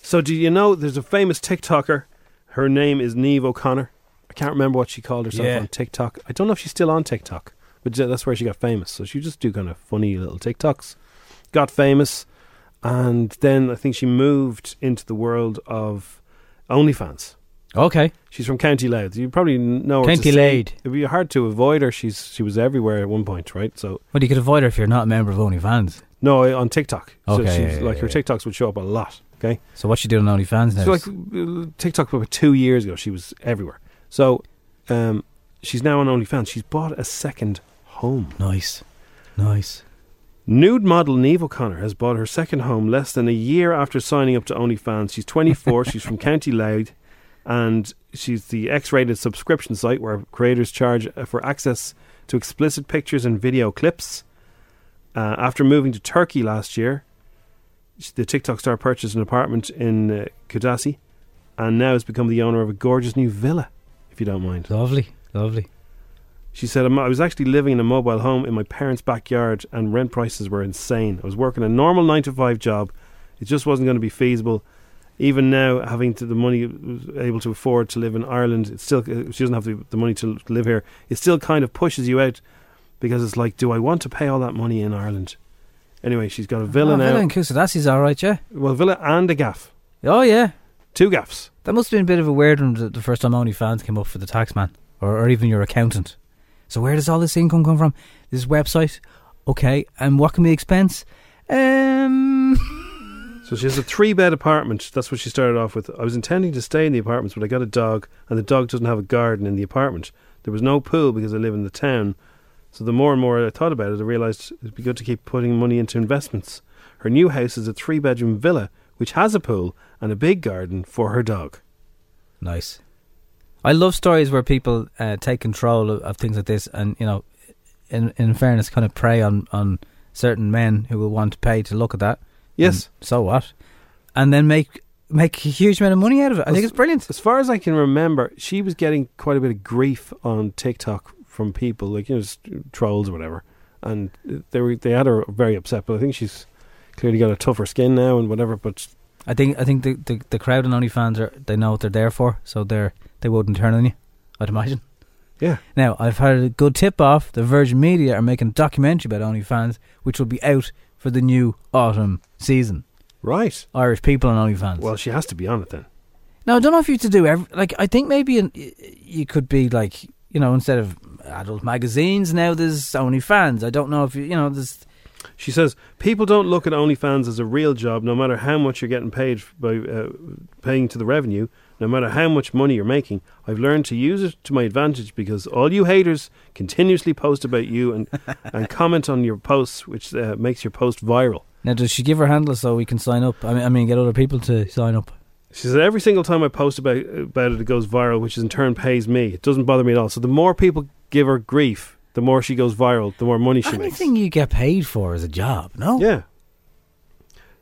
Speaker 3: So, do you know there's a famous TikToker? Her name is Neve O'Connor. I can't remember what she called herself
Speaker 4: Yeah.
Speaker 3: on TikTok. I don't know if she's still on TikTok, but j- that's where she got famous. So she just do kind of funny little TikToks. Got famous, and then I think she moved into the world of OnlyFans.
Speaker 4: Okay.
Speaker 3: She's from County Louth. You probably n- know her. to
Speaker 4: County
Speaker 3: see.
Speaker 4: Louth.
Speaker 3: It'd be hard to avoid her. She's she was everywhere at one point, right? So
Speaker 4: Well, you could avoid her if you're not a member of OnlyFans.
Speaker 3: no, on TikTok.
Speaker 4: Okay,
Speaker 3: so she
Speaker 4: yeah,
Speaker 3: was-
Speaker 4: yeah,
Speaker 3: like her
Speaker 4: yeah.
Speaker 3: TikToks would show up a lot. Okay.
Speaker 4: So what's she doing on OnlyFans now?
Speaker 3: So like uh, TikTok about two years ago, she was everywhere. So um, she's now on OnlyFans. She's bought a second home.
Speaker 4: nice, nice.
Speaker 3: Nude model Neve O'Connor has bought her second home less than a year after signing up to OnlyFans. She's 24. she's from County Louth, and she's the X-rated subscription site where creators charge uh, for access to explicit pictures and video clips. Uh, after moving to Turkey last year, the TikTok star purchased an apartment in uh, Kudasi and now has become the owner of a gorgeous new villa, if you don't mind.
Speaker 4: Lovely, lovely.
Speaker 3: She said, "I'm- I was actually living in a mobile home in my parents' backyard and rent prices were insane. I was working a normal 9 to 5 job. It just wasn't going to be feasible. Even now, having to, the money able to afford to live in Ireland, it's still uh, she doesn't have the, the money to live here. It still kind of pushes you out because it's like, do I want to pay all that money in Ireland? Anyway, she's got a villa
Speaker 4: oh,
Speaker 3: now.
Speaker 4: Villa in Kusadasi's all right, yeah.
Speaker 3: Well, Villa and a gaff.
Speaker 4: Oh yeah,
Speaker 3: two gaffs.
Speaker 4: That must have been a bit of a weird one the, the first time OnlyFans came up for the tax man, or, or even your accountant. So where does all this income come from? This website, okay, and what can we expense? Um,
Speaker 3: So she has a three bed apartment. That's what she started off with. I was intending to stay in the apartments, but I got a dog, and the dog doesn't have a garden in the apartment. There was no pool because I live in the town. So the more and more I thought about it, I realised it'd be good to keep putting money into investments. Her new house is a three bedroom villa, which has a pool and a big garden for her dog.
Speaker 4: Nice. I love stories where people uh, take control of, of things like this, and you know, in in fairness, kind of prey on on certain men who will want to pay to look at that.
Speaker 3: Yes.
Speaker 4: And so what? And then make make a huge amount of money out of it. I think it's brilliant.
Speaker 3: As far as I can remember, she was getting quite a bit of grief on TikTok from people, like you know, just trolls or whatever, and they were they had her very upset. But I think she's clearly got a tougher skin now and whatever. But
Speaker 4: I think I think the, the, the crowd and OnlyFans are they know what they're there for, so they're they wouldn't turn on you. I'd imagine.
Speaker 3: Yeah.
Speaker 4: Now I've had a good tip off. The Virgin Media are making a documentary about OnlyFans, which will be out for the new autumn season.
Speaker 3: Right.
Speaker 4: Irish people on OnlyFans.
Speaker 3: well, she has to be on it then.
Speaker 4: Now I don't know if you to do every like I think maybe an, y- you could be like you know instead of adult magazines now there's OnlyFans. I don't know if you you know there's
Speaker 3: She says people don't look at OnlyFans as a real job, no matter how much you're getting paid f- by uh, paying to the revenue, no matter how much money you're making. I've learned to use it to my advantage because all you haters continuously post about you and and comment on your posts, which uh, makes your post viral.
Speaker 4: now does she give her handle so we can sign up? I mean I mean get other people to sign up.
Speaker 3: She said every single time I post about about it, it goes viral, which is in turn pays me. It doesn't bother me at all. So the more people give her grief, the more she goes viral, the more money she makes.
Speaker 4: Anything you get paid for is a job, no?
Speaker 3: Yeah.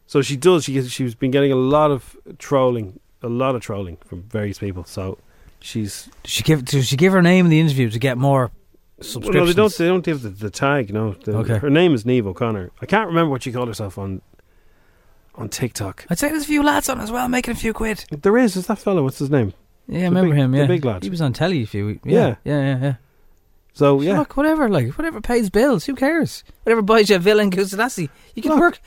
Speaker 3: So she does. She she's been getting a lot of trolling, a lot of trolling from various people. So she's
Speaker 4: Does she give does she give her name in the interview to get more
Speaker 3: well,
Speaker 4: subscriptions?
Speaker 3: no, they don't they don't give the, the tag. No, The-
Speaker 4: Okay.
Speaker 3: her name is Neve O'Connor. I can't remember what she called herself on on TikTok.
Speaker 4: I'd say there's a few lads on as well making a few quid.
Speaker 3: There is. Is that fellow? What's his name?
Speaker 4: Yeah, I
Speaker 3: The
Speaker 4: remember
Speaker 3: big-
Speaker 4: him.
Speaker 3: the
Speaker 4: Yeah,
Speaker 3: big lad.
Speaker 4: He was on telly a few. we-
Speaker 3: Yeah.
Speaker 4: Yeah, yeah, yeah, yeah.
Speaker 3: So
Speaker 4: So
Speaker 3: yeah,
Speaker 4: Look, whatever, like whatever pays bills, who cares? Whatever buys you a villa in Kusadasi, you can work.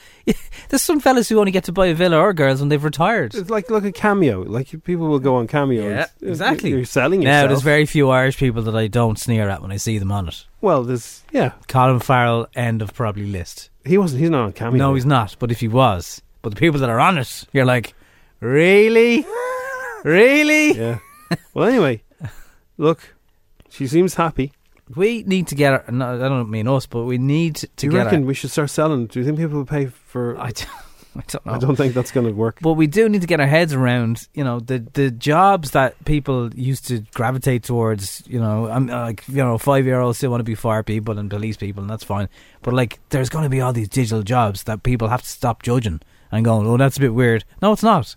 Speaker 4: There's some fellas who only get to buy a villa or girls when they've retired.
Speaker 3: it's like like a cameo. Like people will go on cameo.
Speaker 4: Yeah,
Speaker 3: It's-
Speaker 4: exactly.
Speaker 3: You're selling
Speaker 4: Now,
Speaker 3: yourself.
Speaker 4: there's very few Irish people that I don't sneer at when I see them on it.
Speaker 3: well, there's yeah.
Speaker 4: Colin Farrell, end of probably list.
Speaker 3: He wasn't. He's not on cameo.
Speaker 4: no, he's not. But if he was, but the people that are on it, you're like, really, really.
Speaker 3: Yeah. well, anyway, look, she seems happy.
Speaker 4: We need to get. Our, no, I don't mean us, but we need to
Speaker 3: Do you
Speaker 4: get.
Speaker 3: reckon
Speaker 4: Our,
Speaker 3: we should start selling? Do you think people will pay for?
Speaker 4: I, don't, I don't know.
Speaker 3: I don't think that's going to work.
Speaker 4: But we do need to get our heads around, you know, the the jobs that people used to gravitate towards. You know, I'm uh, like, you know, five year olds still want to be fire people and police people, and that's fine. But like, there's going to be all these digital jobs that people have to stop judging and going, oh, that's a bit weird. No, it's not.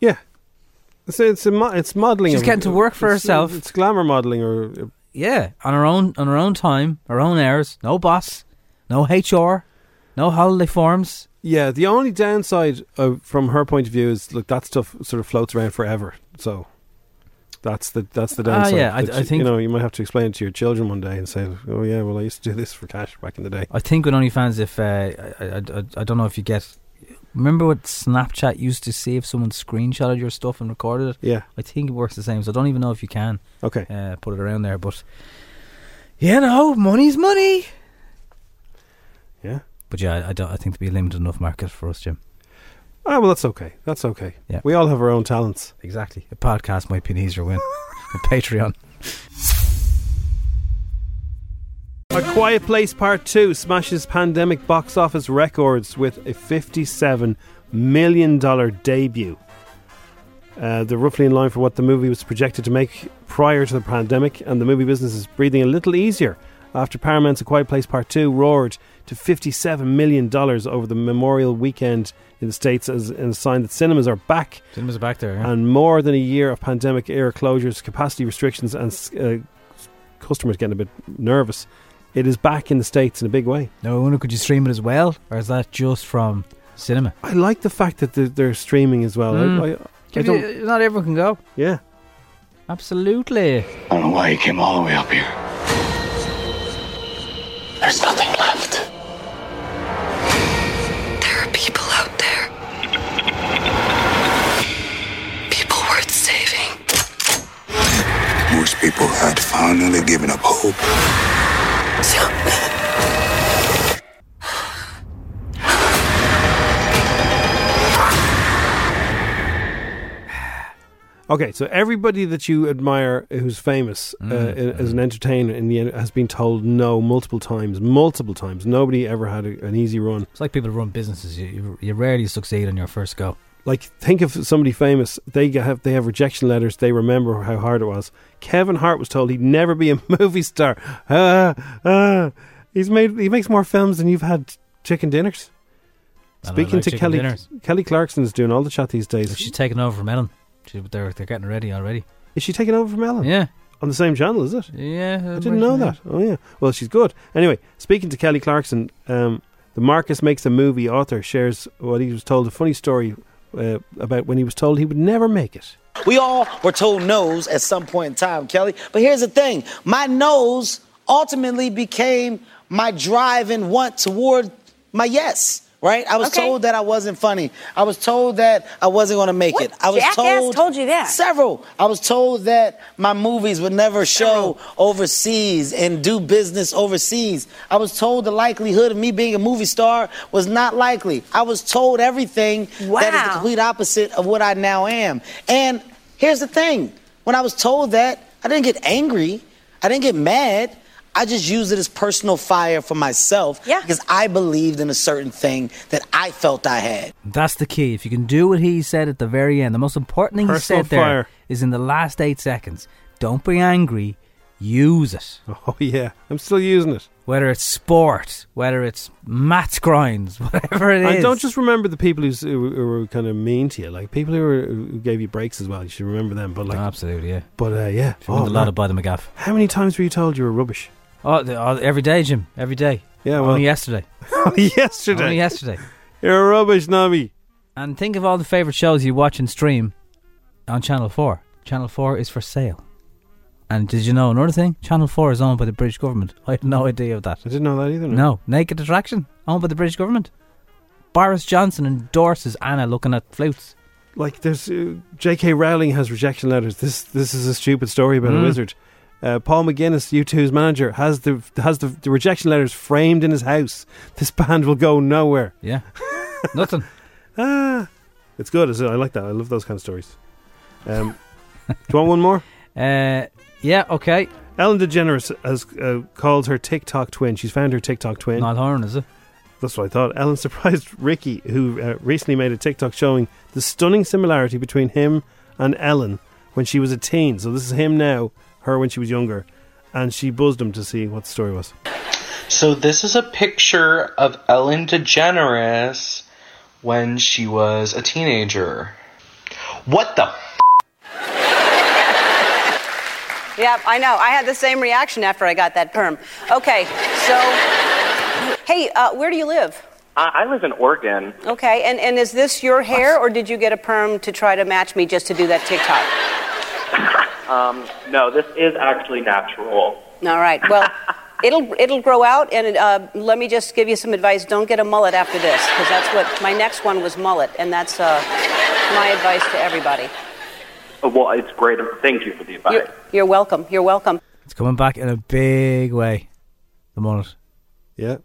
Speaker 3: Yeah, it's it's, a mo- it's modeling.
Speaker 4: She's
Speaker 3: of-
Speaker 4: getting to work for
Speaker 3: it's- uh,
Speaker 4: herself.
Speaker 3: It's glamour modeling, or uh,
Speaker 4: Yeah, on our own, on our own time, our own hours, no boss, no HR, no holiday forms.
Speaker 3: yeah. The only downside uh, from her point of view is look that stuff sort of floats around forever. So that's the that's the
Speaker 4: Ah,
Speaker 3: downside.
Speaker 4: yeah, I-
Speaker 3: that
Speaker 4: I
Speaker 3: you-
Speaker 4: think-
Speaker 3: you know you might have to explain it to your children one day and say, oh yeah, well I used to do this for cash back in the day.
Speaker 4: I think with OnlyFans, if uh, I, I, I, I don't know if you get, remember what Snapchat used to save someone screenshotted your stuff and recorded it.
Speaker 3: Yeah.
Speaker 4: I think it works the same. So I don't even know if you can
Speaker 3: Okay.
Speaker 4: uh, put it around there, but you know, money's money.
Speaker 3: Yeah.
Speaker 4: But yeah, I- I don't. I think there'll be a limited enough market for us, Jim.
Speaker 3: Ah, well that's okay. That's okay.
Speaker 4: Yeah.
Speaker 3: We all have our own talents.
Speaker 4: Exactly. A podcast might be an easier win. a Patreon.
Speaker 3: A Quiet Place Part 2 smashes pandemic box office records with a $57 million debut. Uh, they're roughly in line for what the movie was projected to make prior to the pandemic, and the movie business is breathing a little easier after Paramount's A Quiet Place Part 2 roared to $57 million over the Memorial Weekend in the States as in a sign that cinemas are back.
Speaker 4: Cinemas are back there. yeah.
Speaker 3: And more than a year of pandemic era closures, capacity restrictions, and uh, customers getting a bit nervous. It is back in the States in a big way.
Speaker 4: Now, I wonder could you stream it as well, or is that just from cinema?
Speaker 3: I like the fact that they're, they're streaming as well. I-
Speaker 4: Mm.
Speaker 3: I, I
Speaker 4: Give
Speaker 3: don't-
Speaker 4: you- not everyone can go.
Speaker 3: Yeah.
Speaker 4: Absolutely.
Speaker 12: I don't know why you came all the way up here. There's nothing left.
Speaker 13: There are people out there. People worth saving.
Speaker 2: Most people had finally given up hope.
Speaker 3: Okay, so everybody that you admire who's famous
Speaker 4: Mm,
Speaker 3: uh, i-
Speaker 4: mm-hmm.
Speaker 3: as an entertainer in the end has been told no multiple times, multiple times. Nobody ever had a, an easy run.
Speaker 4: It's like people who run businesses. You, you, you rarely succeed on your first go.
Speaker 3: Like think of somebody famous. They g- have they have rejection letters. They remember how hard it was. Kevin Hart was told he'd never be a movie star. Ah, ah. He's made he makes more films than you've had chicken dinners.
Speaker 4: And I
Speaker 3: Speaking
Speaker 4: like
Speaker 3: to
Speaker 4: chicken
Speaker 3: Kelly
Speaker 4: dinners.
Speaker 3: Kelly Clarkson's doing all the chat these days.
Speaker 4: She's taking over from Ellen. She, they're, they're getting ready already.
Speaker 3: Is she taking over from Ellen?
Speaker 4: Yeah.
Speaker 3: On the same channel, is it?
Speaker 4: Yeah. uh,
Speaker 3: I didn't know that. Oh yeah. Well, she's good. Anyway, speaking to Kelly Clarkson, um, the Marcus makes a movie author shares what he was told a funny story uh, about when he was told he would never make it.
Speaker 14: We all were told no's at some point in time, Kelly. But here's the thing my no's ultimately became my drive and want toward my yes, right? I was told that I wasn't funny. I was told that I wasn't going to make it. I was
Speaker 15: jackass
Speaker 14: told,
Speaker 15: told you that?
Speaker 14: Several. I was told that my movies would never show overseas and do business overseas. I was told the likelihood of me being a movie star was not likely. I was told everything that is the
Speaker 15: Wow.
Speaker 14: complete opposite of what I now am. And here's the thing when I was told that, I didn't get angry, I didn't get mad. I just used it as personal fire for myself because I believed in a certain thing that I felt I had.
Speaker 4: That's the key. If you can do what he said at the very end, the most important thing
Speaker 14: Personal
Speaker 4: he said there is
Speaker 14: fire.
Speaker 4: in the last eight seconds. Don't be angry. Use it.
Speaker 3: Oh yeah, I'm still using it.
Speaker 4: Whether it's sport, whether it's mat grinds, whatever it is.
Speaker 3: And don't just remember the people who's, who, who were kind of mean to you, like people who, were, who gave you breaks as well. You should remember them. But like,
Speaker 4: absolutely, yeah.
Speaker 3: But uh, yeah,
Speaker 4: If you want a lot
Speaker 3: man.
Speaker 4: of by the McGaff.
Speaker 3: How many times were you told you were rubbish?
Speaker 4: Oh, the, oh, every day, Jim. Every day.
Speaker 3: Yeah, well-
Speaker 4: only yesterday.
Speaker 3: yesterday.
Speaker 4: Only yesterday.
Speaker 3: You're rubbish, Nobby.
Speaker 4: And think of all the favorite shows you watch and stream on Channel Four. Channel Four is for sale. And did you know another thing? Channel Four is owned by the British government. I had no idea of that. I
Speaker 3: didn't know that either.
Speaker 4: No, Naked Attraction owned by the British government. Boris Johnson endorses Anna looking at flutes.
Speaker 3: like there's uh, J.K. Rowling has rejection letters. This this is a stupid story about
Speaker 4: Mm.
Speaker 3: a wizard. Uh, Paul McGuinness, U2's manager, has the has the, the rejection letters framed in his house. This band will go nowhere.
Speaker 4: Yeah, nothing.
Speaker 3: ah, it's good. Is it? I like that. I love those kind of stories. Um, do you want one more?
Speaker 4: Uh, yeah. Okay.
Speaker 3: Ellen DeGeneres has uh, called her TikTok twin. She's found her TikTok twin.
Speaker 4: Not Horn, is it?
Speaker 3: That's what I thought. Ellen surprised Ricky, who uh, recently made a TikTok showing the stunning similarity between him and Ellen when she was a teen. So this is him now, her when she was younger, and she buzzed him to see what the story was.
Speaker 16: So this is a picture of Ellen DeGeneres when she was a teenager. What the? F-
Speaker 15: Yeah, I know. I had the same reaction after I got that perm. Okay, so, hey, uh, where do you live?
Speaker 17: I, I live in Oregon.
Speaker 15: Okay, and, and is this your hair, or did you get a perm to try to match me just to do that TikTok?
Speaker 17: Um, no, this is actually natural.
Speaker 15: All right. Well, it'll it'll grow out, and uh, let me just give you some advice. Don't get a mullet after this, because that's what my next one was mullet, and that's uh, my advice to everybody.
Speaker 17: Uh, Well, it's great. Thank you for the advice.
Speaker 15: You're, you're welcome. You're welcome.
Speaker 4: It's coming back in a big way. The mullet.
Speaker 3: Yeah.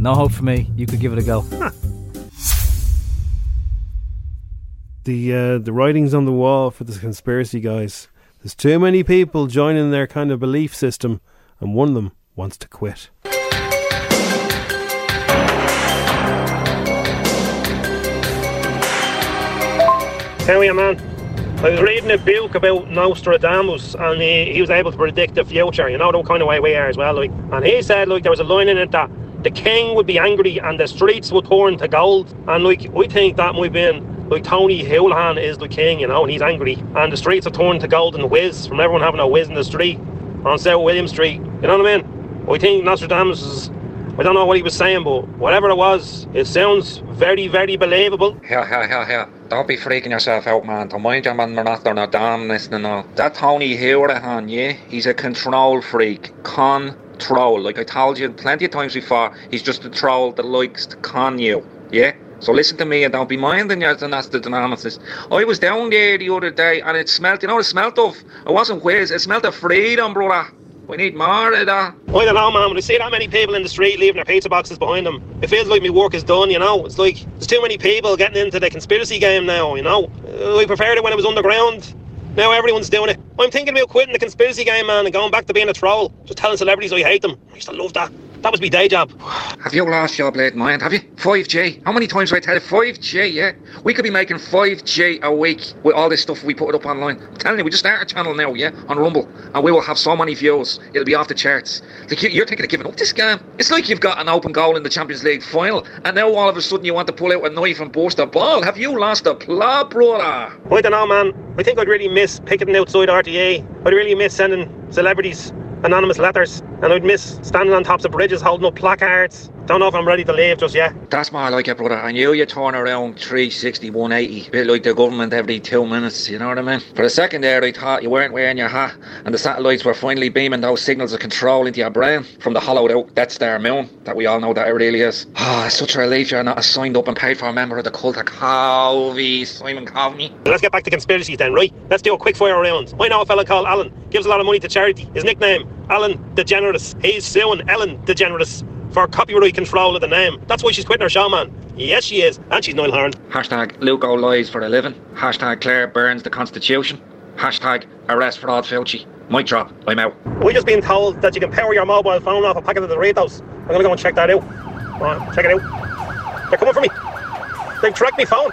Speaker 4: No hope for me. You could give it a go.
Speaker 3: The uh, the writings on the wall for the conspiracy guys. There's too many people joining their kind of belief system, and one of them wants to quit.
Speaker 18: Hell yeah, man. I was reading a book about Nostradamus, and he, he was able to predict the future. You know the kind of way we are as well. Like, and he said like there was a line in it that the king would be angry and the streets would turn to gold. And like we think that might be like Tony Houlihan is the king, you know, and he's angry, and the streets are turned to gold and whiz from everyone having a whiz in the street on South William Street. You know what I mean? We think Nostradamus is. I don't know what he was saying, but whatever it was, it sounds very, very believable.
Speaker 19: Here, here, here, here. Don't be freaking yourself out, man. Don't mind your man, we're not there, no damn listening now. That Tony Hurahan, yeah? He's a control freak. Control. Like I told you plenty of times before, he's just a troll that likes to con you, yeah? So listen to me and don't be minding your Nostradamus. I was down there the other day and it smelled, you know what it smelled of? It wasn't whiz, it smelled of freedom, brother. We need more of that.
Speaker 18: I don't know, man. When I see that many people in the street leaving their pizza boxes behind them, it feels like my work is done, you know? It's like there's too many people getting into the conspiracy game now, you know? Uh, I preferred it when it was underground. Now everyone's doing it. I'm thinking about quitting the conspiracy game, man, and going back to being a troll. Just telling celebrities I hate them. I used to love that. That was my day job.
Speaker 19: Have you lost your blade mind? Have you? 5G. How many times do I tell you? 5G, yeah? We could be making 5G a week with all this stuff we put up online. I'm telling you, we just start a channel now, yeah? On Rumble. And we will have so many views. It'll be off the charts. Like, you- you're thinking of giving up this game. It's like you've got an open goal in the Champions League final. And now all of a sudden you want to pull out a knife and burst a ball. Have you lost the plot, brother?
Speaker 18: I don't know, man. I think I'd really miss picketing outside RTA. I'd really miss sending celebrities anonymous letters, and I'd miss standing on tops of bridges holding up placards. Don't know if I'm ready to leave just yet.
Speaker 19: That's more like it, brother. I knew you turn around 360, 180, a bit like the government every two minutes, you know what I mean? For a second there, I thought you weren't wearing your hat, and the satellites were finally beaming those signals of control into your brain from the hollowed out Death Star moon that we all know that it really is. Ah, it's such a relief you're not a signed up and paid for member of the cult of Covey, Simon Covey.
Speaker 18: Let's get back to conspiracies then, right? Let's do a quick fire round. I know a fella called Alan, gives a lot of money to charity. His nickname, Alan DeGeneres. He's suing Ellen DeGeneres for copyright control of the name. That's why she's quitting her show, man. Yes, she is. And she's Niall Horan.
Speaker 19: Hashtag Luke O'Lies for a living. Hashtag Claire burns the Constitution. Hashtag arrest fraud Filchie. Mic drop. I'm out.
Speaker 18: We're just being told that you can power your mobile phone off a packet of Doritos. I'm going to go and check that out. Come on, check it out. They're coming for me. They've tracked me phone.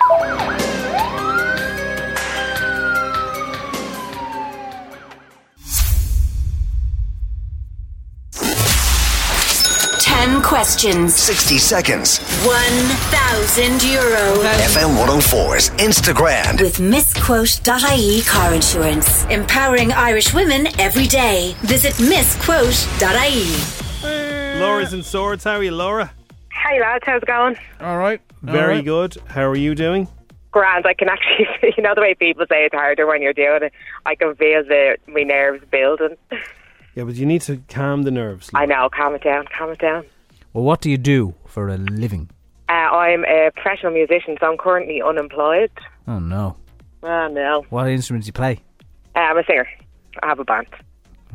Speaker 20: Ten questions.
Speaker 2: 60 seconds.
Speaker 20: 1,000 euro.
Speaker 2: FM 104's Instagram.
Speaker 20: With misquote.ie E car insurance. Empowering Irish women every day. Visit misquote.ie.
Speaker 3: Laura's in swords. How are you, Laura?
Speaker 21: Hey lads, how's it going?
Speaker 3: All right. Very
Speaker 21: right.
Speaker 3: good. How are you doing?
Speaker 21: Grand. I can actually, you know, the way people say it's harder when you're doing it. I can feel the my nerves building.
Speaker 3: Yeah, but you need to calm the nerves.
Speaker 21: I know. Calm it down. Calm it down.
Speaker 4: Well, what do you do for a living?
Speaker 21: Uh, I'm a professional musician, so I'm currently unemployed.
Speaker 4: Oh no!
Speaker 21: Oh no.
Speaker 4: What instruments do you play?
Speaker 21: Uh, I'm a singer. I have a band.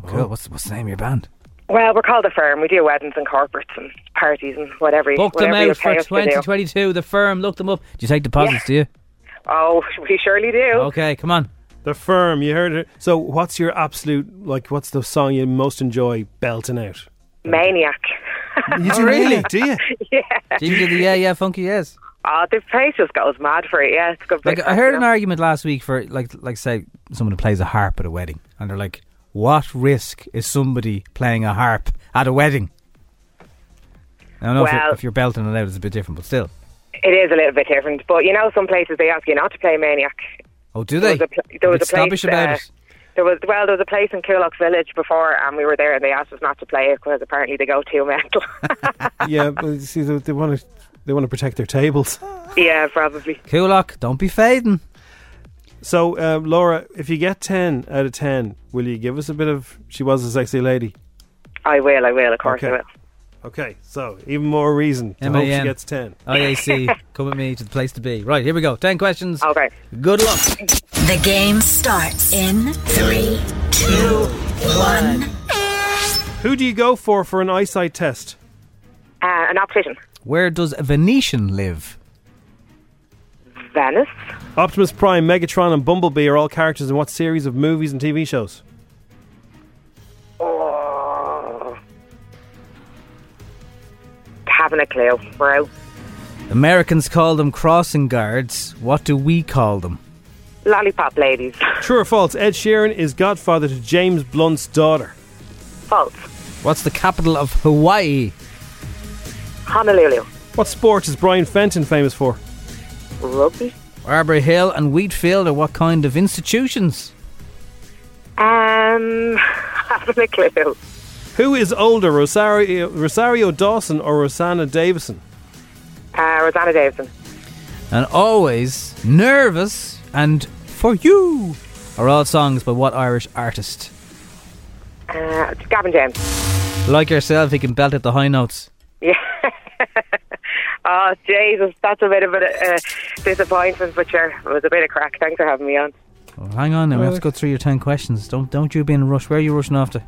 Speaker 4: Cool. What's what's the name of your band?
Speaker 21: Well, we're called a firm. We do weddings and corporates and parties and whatever.
Speaker 4: Book them
Speaker 21: whatever you
Speaker 4: out for
Speaker 21: pay us to do.
Speaker 4: 2022. The firm. Look them up. Do you take deposits? Do you?
Speaker 21: Oh, we surely do.
Speaker 4: Okay, come on.
Speaker 3: The firm. You heard it. So, what's your absolute like? What's the song you most enjoy belting out?
Speaker 21: Maniac.
Speaker 3: You do really? Do you?
Speaker 21: yeah.
Speaker 4: Do you do Oh, the yeah yeah funky yes?
Speaker 21: Oh, the place just goes mad for it. Yeah, it's a good.
Speaker 4: Like
Speaker 21: big
Speaker 4: I
Speaker 21: fun,
Speaker 4: heard
Speaker 21: you
Speaker 4: an
Speaker 21: know.
Speaker 4: argument last week for like like say someone who plays a harp at a wedding, and they're like, "What risk is somebody playing a harp at a wedding?" I don't know if, you're,
Speaker 21: Well-
Speaker 4: if you're belting it out, it's a bit different, but still.
Speaker 21: It is a little bit different, but you know, some places they ask you not to play Maniac.
Speaker 4: Oh, do
Speaker 21: There
Speaker 4: they?
Speaker 21: was a, pl- there was
Speaker 4: It's
Speaker 21: a place.
Speaker 4: snobbish about
Speaker 21: uh,
Speaker 4: it.
Speaker 21: There was well, there was a place in Coolock Village before, and we were there, and they asked us not to play it because apparently they go too mental.
Speaker 3: yeah, but you see, they, they want to they want to protect their tables.
Speaker 21: yeah, probably.
Speaker 4: Kulak, don't be fading.
Speaker 3: So, uh, Laura, if you get ten out of ten, will you give us a bit of "She Was a Sexy Lady"?
Speaker 21: I will. I will. Of course, I
Speaker 3: Okay.
Speaker 21: will.
Speaker 3: Okay, so even more reason to hope she
Speaker 4: M.A.N..
Speaker 3: gets ten.
Speaker 4: Oh, IAC, come with me to the place to be. Right, here we go. 10 questions.
Speaker 21: Okay.
Speaker 4: Good luck.
Speaker 20: The game starts in three, two, one.
Speaker 3: Who do you go for for an eyesight test?
Speaker 21: Uh, an optician.
Speaker 4: Where does a Venetian live?
Speaker 21: Venice.
Speaker 3: Optimus Prime, Megatron, and Bumblebee are all characters in what series of movies and TV shows?
Speaker 21: Oh. Having a clue, bro.
Speaker 4: Americans call them crossing guards. What do we call them?
Speaker 21: Lollipop ladies.
Speaker 3: True or false? Ed Sheeran is godfather to James Blunt's daughter.
Speaker 21: False.
Speaker 4: What's the capital of Hawaii?
Speaker 21: Honolulu.
Speaker 3: What sport is Brian Fenton famous for?
Speaker 21: Rugby.
Speaker 4: Barbary Hill and Wheatfield are what kind of institutions?
Speaker 21: Um, haven't a clue.
Speaker 3: Who is older, Rosario, Rosario Dawson or Rosanna Davison?
Speaker 21: Uh, Rosanna Davison.
Speaker 4: And always nervous and for you are all songs by what Irish artist?
Speaker 21: Uh, Gavin James.
Speaker 4: Like yourself, he can belt at the high notes.
Speaker 21: Yeah. oh, Jesus, that's a bit of a uh, disappointment, but sure, it was a bit of crack. Thanks for having me on.
Speaker 4: Well, hang on, now we have to go through your ten questions. Don't don't you be in a rush. Where are you rushing after?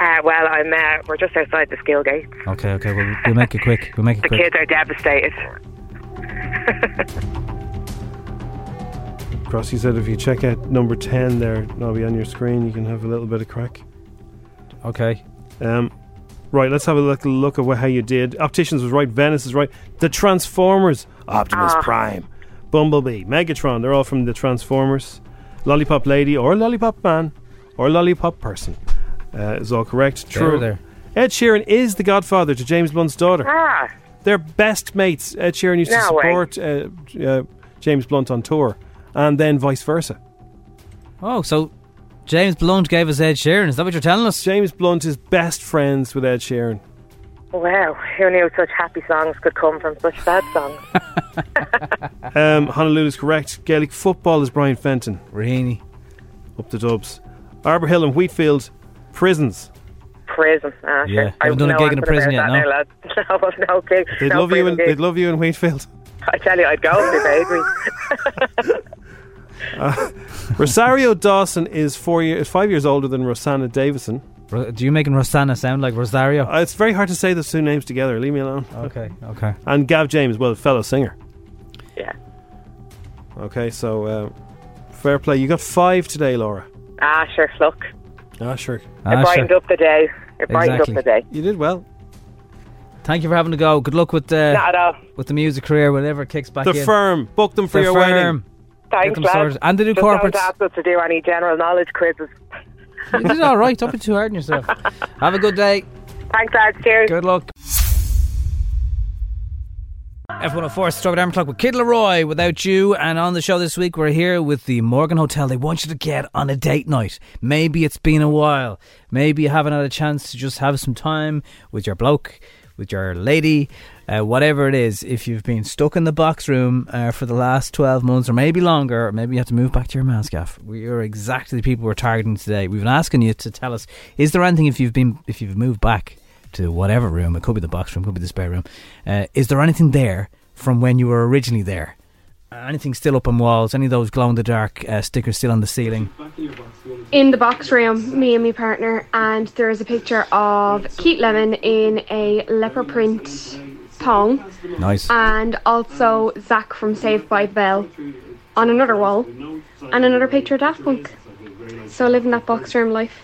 Speaker 21: Uh, well, I'm. Uh, we're just outside the skill gate.
Speaker 4: Okay, okay, we'll, we'll make it quick. We'll make it
Speaker 21: The
Speaker 4: quick.
Speaker 21: kids are devastated.
Speaker 3: Crossy said if you check out number 10 there, that'll be on your screen. You can have a little bit of crack.
Speaker 4: Okay.
Speaker 3: Um, right, let's have a look, look at wha- how you did. Opticians was right. Venice is right. The Transformers. Optimus
Speaker 5: Ah.
Speaker 3: Prime. Bumblebee. Megatron. They're all from the Transformers. Lollipop Lady or Lollipop Man or Lollipop Person uh, is all correct.
Speaker 4: There,
Speaker 3: True.
Speaker 4: there.
Speaker 3: Ed Sheeran is the godfather to James Blunt's daughter.
Speaker 21: Ah,
Speaker 3: They're best mates. Ed Sheeran used to
Speaker 21: No way.
Speaker 3: support uh, uh, James Blunt on tour, and then vice versa.
Speaker 4: Oh, so James Blunt gave us Ed Sheeran. Is that what you're telling us?
Speaker 3: James Blunt is best friends with Ed Sheeran.
Speaker 21: wow! Who knew such happy songs could come from such sad songs?
Speaker 3: Um, Honolulu is correct. Gaelic football is Brian Fenton.
Speaker 4: Rahini.
Speaker 3: Up the dubs. Arbor Hill and Wheatfield. Prisons.
Speaker 21: Prison. Ah,
Speaker 3: Yeah.
Speaker 21: sure. I
Speaker 3: Haven't done a
Speaker 21: know
Speaker 3: gig in a
Speaker 21: anything
Speaker 3: prison
Speaker 21: about that
Speaker 3: yet,
Speaker 21: now, lads. No, I've no clue.
Speaker 3: They'd
Speaker 21: no
Speaker 3: love you. In,
Speaker 21: prison
Speaker 3: they'd
Speaker 21: gig.
Speaker 3: love you in Wheatfield.
Speaker 21: I tell you, I'd go if they paid me.
Speaker 3: Uh, Rosario Dawson is four years, five years older than Rosanna Davison.
Speaker 4: Do you making Rosanna sound like Rosario?
Speaker 3: Uh, it's very hard to say those two names together. Leave me alone.
Speaker 4: Okay. Okay.
Speaker 3: And Gav James, well, fellow singer.
Speaker 21: Yeah.
Speaker 3: Okay, so uh, fair play. You got five today, Laura.
Speaker 21: Ah, sure. Look,
Speaker 3: Ah, sure.
Speaker 4: Ah,
Speaker 21: it brightened
Speaker 4: sure.
Speaker 21: up the day. It brightened
Speaker 4: Exactly.
Speaker 21: up the day.
Speaker 3: You did well.
Speaker 4: Thank you for having a go. Good luck with uh,
Speaker 21: Not at all.
Speaker 4: with the music career, whatever kicks back
Speaker 3: The
Speaker 4: in.
Speaker 3: firm. Book them for
Speaker 4: The
Speaker 3: your
Speaker 4: Firm.
Speaker 3: wedding.
Speaker 4: Get
Speaker 21: Thanks,
Speaker 4: them
Speaker 21: lads.
Speaker 4: sorted. And they do
Speaker 21: Just
Speaker 4: corporates.
Speaker 21: Don't ask us to do any general knowledge quizzes.
Speaker 4: You did all right. Don't be too hard on yourself. Have a good day.
Speaker 21: Thanks, lads. Cheers.
Speaker 4: Good luck. F104 Strawberry Arm Clock with Kid Leroy without you. And on the show this week, we're here with the Morgan Hotel. They want you to get on a date night. Maybe it's been a while. Maybe you haven't had a chance to just have some time with your bloke, with your lady, uh, whatever it is. If you've been stuck in the box room uh, for the last 12 months or maybe longer, or maybe you have to move back to your mascaf. We are exactly the people we're targeting today. We've been asking you to tell us is there anything if you've been if you've moved back to whatever room. It could be the box room, could be the spare room. Uh, is there anything there from when you were originally there? Anything still up on walls? Any of those glow in the dark uh, stickers still on the ceiling?
Speaker 22: in the box room, me and my partner, and there is a picture of Keith Lemon in a leopard print thong.
Speaker 4: Nice.
Speaker 22: And also Zach from Saved by the Bell on another wall, and another picture of Daft Punk. So living that box room life.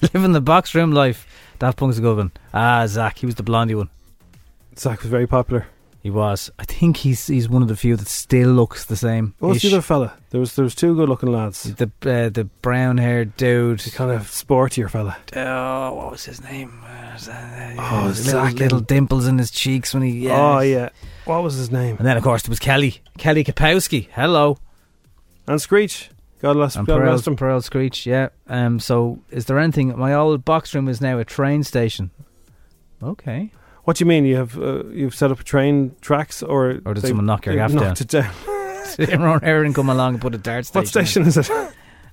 Speaker 4: Living the box room life. Daft Punk's a good one. Ah, Zach, he was the blondie one.
Speaker 3: Zach was very popular.
Speaker 4: He was. I think he's he's one of the few that still looks the same.
Speaker 3: What was the
Speaker 4: Ish.
Speaker 3: other fella? There was there was two good looking lads.
Speaker 4: The uh, the brown haired dude,
Speaker 3: kind of sportier fella.
Speaker 4: Oh, what was his name? Uh, was that-
Speaker 3: Oh,
Speaker 4: his little,
Speaker 3: Zach.
Speaker 4: little dimples in his cheeks when he.
Speaker 3: Oh yeah. What was his name?
Speaker 4: And then, of course, there was Kelly. Kelly Kapowski. Hello.
Speaker 3: And Screech. God bless,
Speaker 4: and
Speaker 3: God
Speaker 4: Pearl,
Speaker 3: bless him.
Speaker 4: Pearl Screech, yeah. Um, so, is there anything? My old box room is now a train station. Okay.
Speaker 3: What do you mean? You have uh, you've set up train tracks, or
Speaker 4: Or did
Speaker 3: they-
Speaker 4: someone knock your
Speaker 3: they've
Speaker 4: gaff
Speaker 3: knocked
Speaker 4: down?
Speaker 3: it down?
Speaker 4: Everyone here and come along and put a dart station.
Speaker 3: What station
Speaker 4: in.
Speaker 3: is it?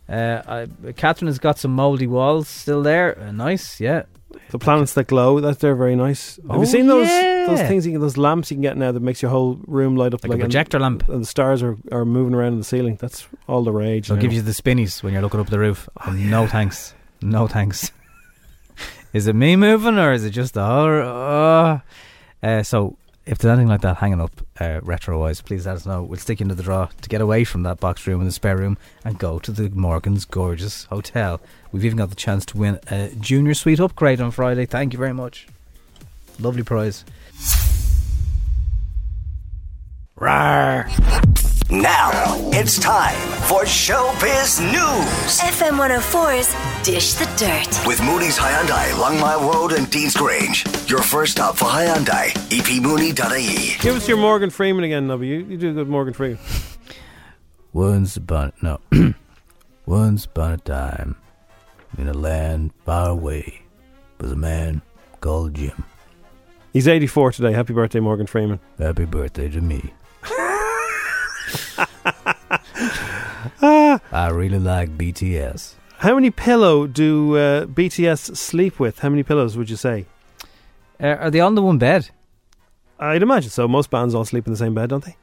Speaker 4: Uh, I, Catherine has got some mouldy walls still there. Uh, nice, yeah.
Speaker 3: The planets that glow. That they're very nice. Have
Speaker 4: Oh,
Speaker 3: you seen those those
Speaker 4: yeah.
Speaker 3: things? You can, those lamps you can get now that makes your whole room light up
Speaker 4: Like a projector
Speaker 3: lamp, and the stars are, are moving around in the ceiling. That's all the rage.
Speaker 4: They'll
Speaker 3: now.
Speaker 4: give you the spinnies when you're looking up the roof. No thanks. No thanks. is it me moving or is it just the horror? Oh. Uh, so, if there's anything like that hanging up uh, retro wise, please let us know. We'll stick you into the draw to get away from that box room and the spare room and go to the Morgan's Gorgeous Hotel. We've even got the chance to win a junior suite upgrade on Friday. Thank you very much. Lovely prize. Rawr.
Speaker 2: Now it's time for Showbiz News
Speaker 20: FM 104's Dish the Dirt.
Speaker 2: with Mooney's Hyundai, Longmire Road, and Dean's Grange. Your first stop for Hyundai, E epmooney.ie.
Speaker 3: Give us your Morgan Freeman again, Nubby. You, you do a good Morgan Freeman.
Speaker 4: Once upon no, once upon a time, in a land far away, was a man called Jim.
Speaker 3: He's 84 today. Happy birthday, Morgan Freeman.
Speaker 4: Happy birthday to me. I really like BTS.
Speaker 3: How many pillow do uh, BTS sleep with? How many pillows would you say?
Speaker 4: Uh, are they on the one bed?
Speaker 3: I'd imagine so. Most bands all sleep in the same bed, don't they?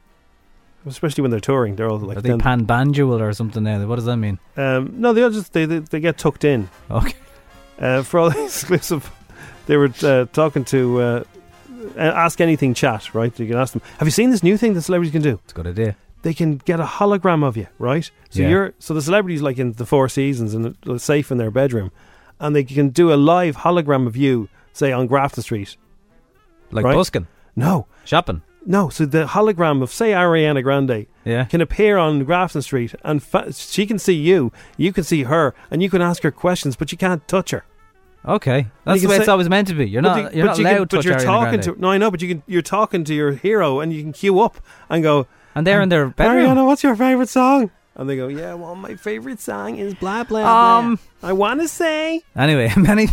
Speaker 3: Especially when they're touring, they're all like.
Speaker 4: Are they
Speaker 3: then-
Speaker 4: pan bandual or something now? What does that mean?
Speaker 3: um, no, they all just they, they, they get tucked in.
Speaker 4: Okay.
Speaker 3: Uh, for all the exclusive, they were uh, talking to uh, Ask Anything Chat, right? You can ask them, "Have you seen this new thing that celebrities can do?" It's
Speaker 4: a good idea.
Speaker 3: They can get a hologram of you, right? So
Speaker 4: Yeah.
Speaker 3: you're so the celebrities like in the Four Seasons and they're safe in their bedroom, and they can do a live hologram of you, say on Grafton Street,
Speaker 4: Like
Speaker 3: right?
Speaker 4: busking?
Speaker 3: No.
Speaker 4: Shopping?
Speaker 3: No. So the hologram of, say, Ariana Grande
Speaker 4: Yeah.
Speaker 3: can appear on Grafton Street and fa- she can see you, you can see her, and you can ask her questions, but you can't touch her.
Speaker 4: Okay. That's
Speaker 3: You
Speaker 4: the
Speaker 3: can
Speaker 4: way it's
Speaker 3: say-
Speaker 4: always meant to be. You're
Speaker 3: But
Speaker 4: not,
Speaker 3: you-
Speaker 4: you're
Speaker 3: but
Speaker 4: not
Speaker 3: you
Speaker 4: allowed
Speaker 3: can-
Speaker 4: to
Speaker 3: But
Speaker 4: touch
Speaker 3: you're
Speaker 4: Ariana
Speaker 3: talking
Speaker 4: Grande.
Speaker 3: to. No, I know, but you can. You're talking to your hero, and you can queue up and go.
Speaker 4: And they're in their bedroom.
Speaker 3: Ariana, what's your favorite song? And they go, yeah, well, my favorite song is blah blah
Speaker 4: Um,
Speaker 3: blah. I want to say.
Speaker 4: Anyway, many,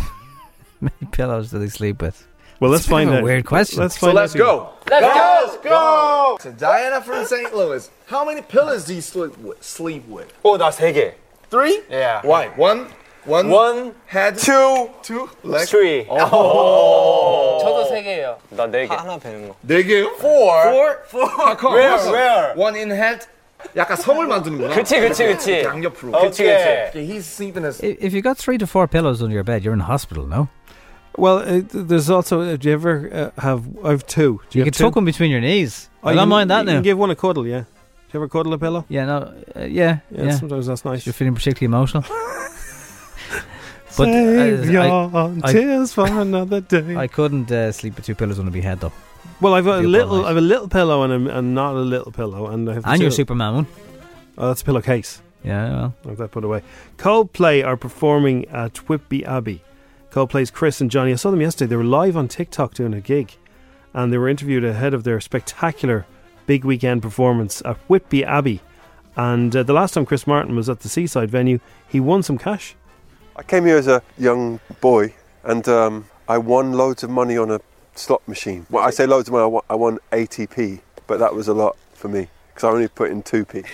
Speaker 4: many pillows do they sleep with?
Speaker 3: Well,
Speaker 4: let's
Speaker 3: find
Speaker 4: a
Speaker 3: out.
Speaker 4: Weird question.
Speaker 3: Let's So find let's out who- go.
Speaker 5: Let's go! To Diana from St. Louis, how many pillows do you sleep with? Sleep with?
Speaker 7: Oh, that's Hege.
Speaker 5: Three?
Speaker 7: Yeah.
Speaker 5: Why? One, one,
Speaker 7: One,
Speaker 5: head, two, two, leg.
Speaker 7: three.
Speaker 5: Oh.
Speaker 7: 저도 세 개예요. 나네 개. 하나 배는 거.
Speaker 5: 네 개요? Four.
Speaker 7: Four. Four.
Speaker 5: How come?
Speaker 7: Rare,
Speaker 5: How come?
Speaker 7: rare.
Speaker 5: One in head. 약간 성을 만드는구나.
Speaker 7: 그치, 그치, 그치.
Speaker 5: 양옆으로.
Speaker 7: 그치, 그치.
Speaker 5: Okay, He's sleeping as.
Speaker 4: I- If you got three to four pillows under your bed, you're in hospital, no?
Speaker 3: Well, uh, th- there's also. Uh, do you ever uh, have? I've two. Do you,
Speaker 4: You, can
Speaker 3: have two?
Speaker 4: tuck them between your knees.
Speaker 3: Oh,
Speaker 4: I
Speaker 3: you
Speaker 4: don't
Speaker 3: can-
Speaker 4: mind that
Speaker 3: you
Speaker 4: now.
Speaker 3: Can give one a cuddle, yeah. Do you ever cuddle a pillow?
Speaker 4: Yeah, no, uh, yeah,
Speaker 3: yeah,
Speaker 4: yeah.
Speaker 3: Sometimes that's nice.
Speaker 4: You're feeling particularly emotional.
Speaker 3: Save
Speaker 4: uh,
Speaker 3: your
Speaker 4: I-
Speaker 3: tears for another day.
Speaker 4: I couldn't uh, sleep with two pillows under my head, though.
Speaker 3: Well, I've a
Speaker 4: Feel
Speaker 3: little, I've a little pillow and, a, and not a little pillow, and I have
Speaker 4: And
Speaker 3: two-
Speaker 4: your Superman one.
Speaker 3: Oh, that's a pillowcase.
Speaker 4: Yeah, well.
Speaker 3: I've that put away. Coldplay are performing at Whitby Abbey. Coldplay's Chris and Johnny. I saw them yesterday. They were live on TikTok doing a gig, and they were interviewed ahead of their spectacular big weekend performance at Whitby Abbey. And uh, the last time Chris Martin was at the seaside venue, he won some cash.
Speaker 23: I came here as a young boy and um, I won loads of money on a slot machine. Well, I say loads of money, I won, I won 80p, but that was a lot for me because I only put in 2p.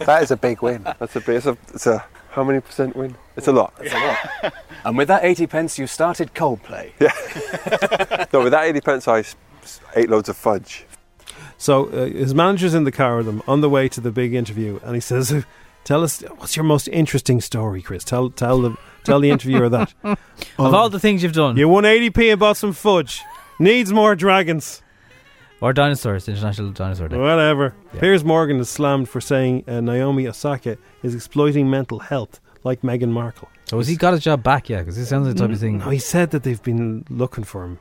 Speaker 23: That is a big win. That's a big, it's a, it's a how many percent win? It's a lot.
Speaker 24: That's a lot. and with that 80 pence, you started Coldplay.
Speaker 23: Yeah. no, with that 80 pence, I s- s- ate loads of fudge.
Speaker 3: So uh, his manager's in the car with him on the way to the big interview, and he says, "Tell us what's your most interesting story, Chris. Tell tell the tell the interviewer that
Speaker 4: Of all the things you've done,
Speaker 3: Oh. you won 80p and bought some fudge. Needs more dragons
Speaker 4: or dinosaurs. International Dinosaur Day.
Speaker 3: Whatever.
Speaker 4: Yeah.
Speaker 3: Piers Morgan is slammed for saying uh, Naomi Osaka is exploiting mental health like Meghan Markle. Mm,
Speaker 4: So has he got his job back? Yeah, because it sounds like the type of thing.
Speaker 3: No, he said that they've been looking for him,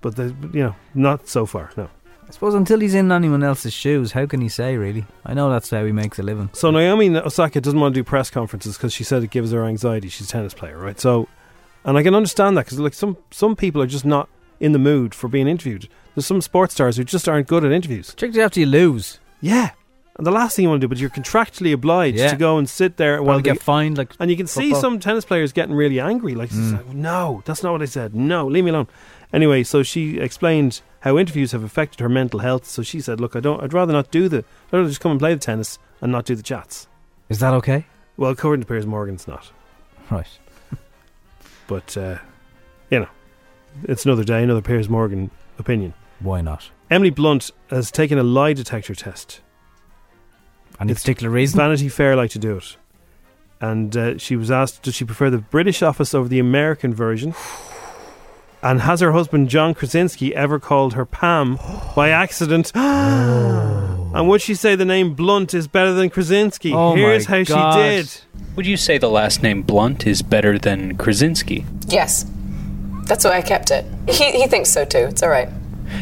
Speaker 3: but they, you know, not so far. No.
Speaker 4: I suppose until he's in anyone else's shoes, how can he say really? I know that's how he makes a living.
Speaker 3: So Naomi Osaka doesn't want to do press conferences because she said it gives her anxiety. She's a tennis player, right? So, and I can understand that because like some some people are just not in the mood for being interviewed. There's some sports stars who just aren't good at interviews.
Speaker 4: Particularly after you lose.
Speaker 3: Yeah. And the last thing you want to do, but you're contractually obliged
Speaker 4: Yeah.
Speaker 3: to go and sit there while
Speaker 4: Probably get fined, like
Speaker 3: and you can see
Speaker 4: football.
Speaker 3: some tennis players getting really angry, like,
Speaker 4: Mm.
Speaker 3: "Oh, no, that's not what I said. No, leave me alone. Anyway, so she explained how interviews have affected her mental health. So she said, look, I don't, I'd rather not do the, I'd rather just come and play the tennis and not do the chats.
Speaker 4: Is that okay?
Speaker 3: Well, according to Piers Morgan, it's not.
Speaker 4: Right.
Speaker 3: But uh, you know, it's another day, another Piers Morgan opinion.
Speaker 4: Why not?
Speaker 3: Emily Blunt has taken a lie detector test.
Speaker 4: Any particular reason?
Speaker 3: Vanity Fair like to do it, and uh, she was asked, "Does she prefer the British office over the American version?" And has her husband John Krasinski ever called her Pam by accident?
Speaker 4: Oh.
Speaker 3: and would she say the name Blunt is better than Krasinski? Here's how she did.
Speaker 25: Would you say the last name Blunt is better than Krasinski?
Speaker 26: Yes. That's why I kept it. He, he thinks so too. It's all right.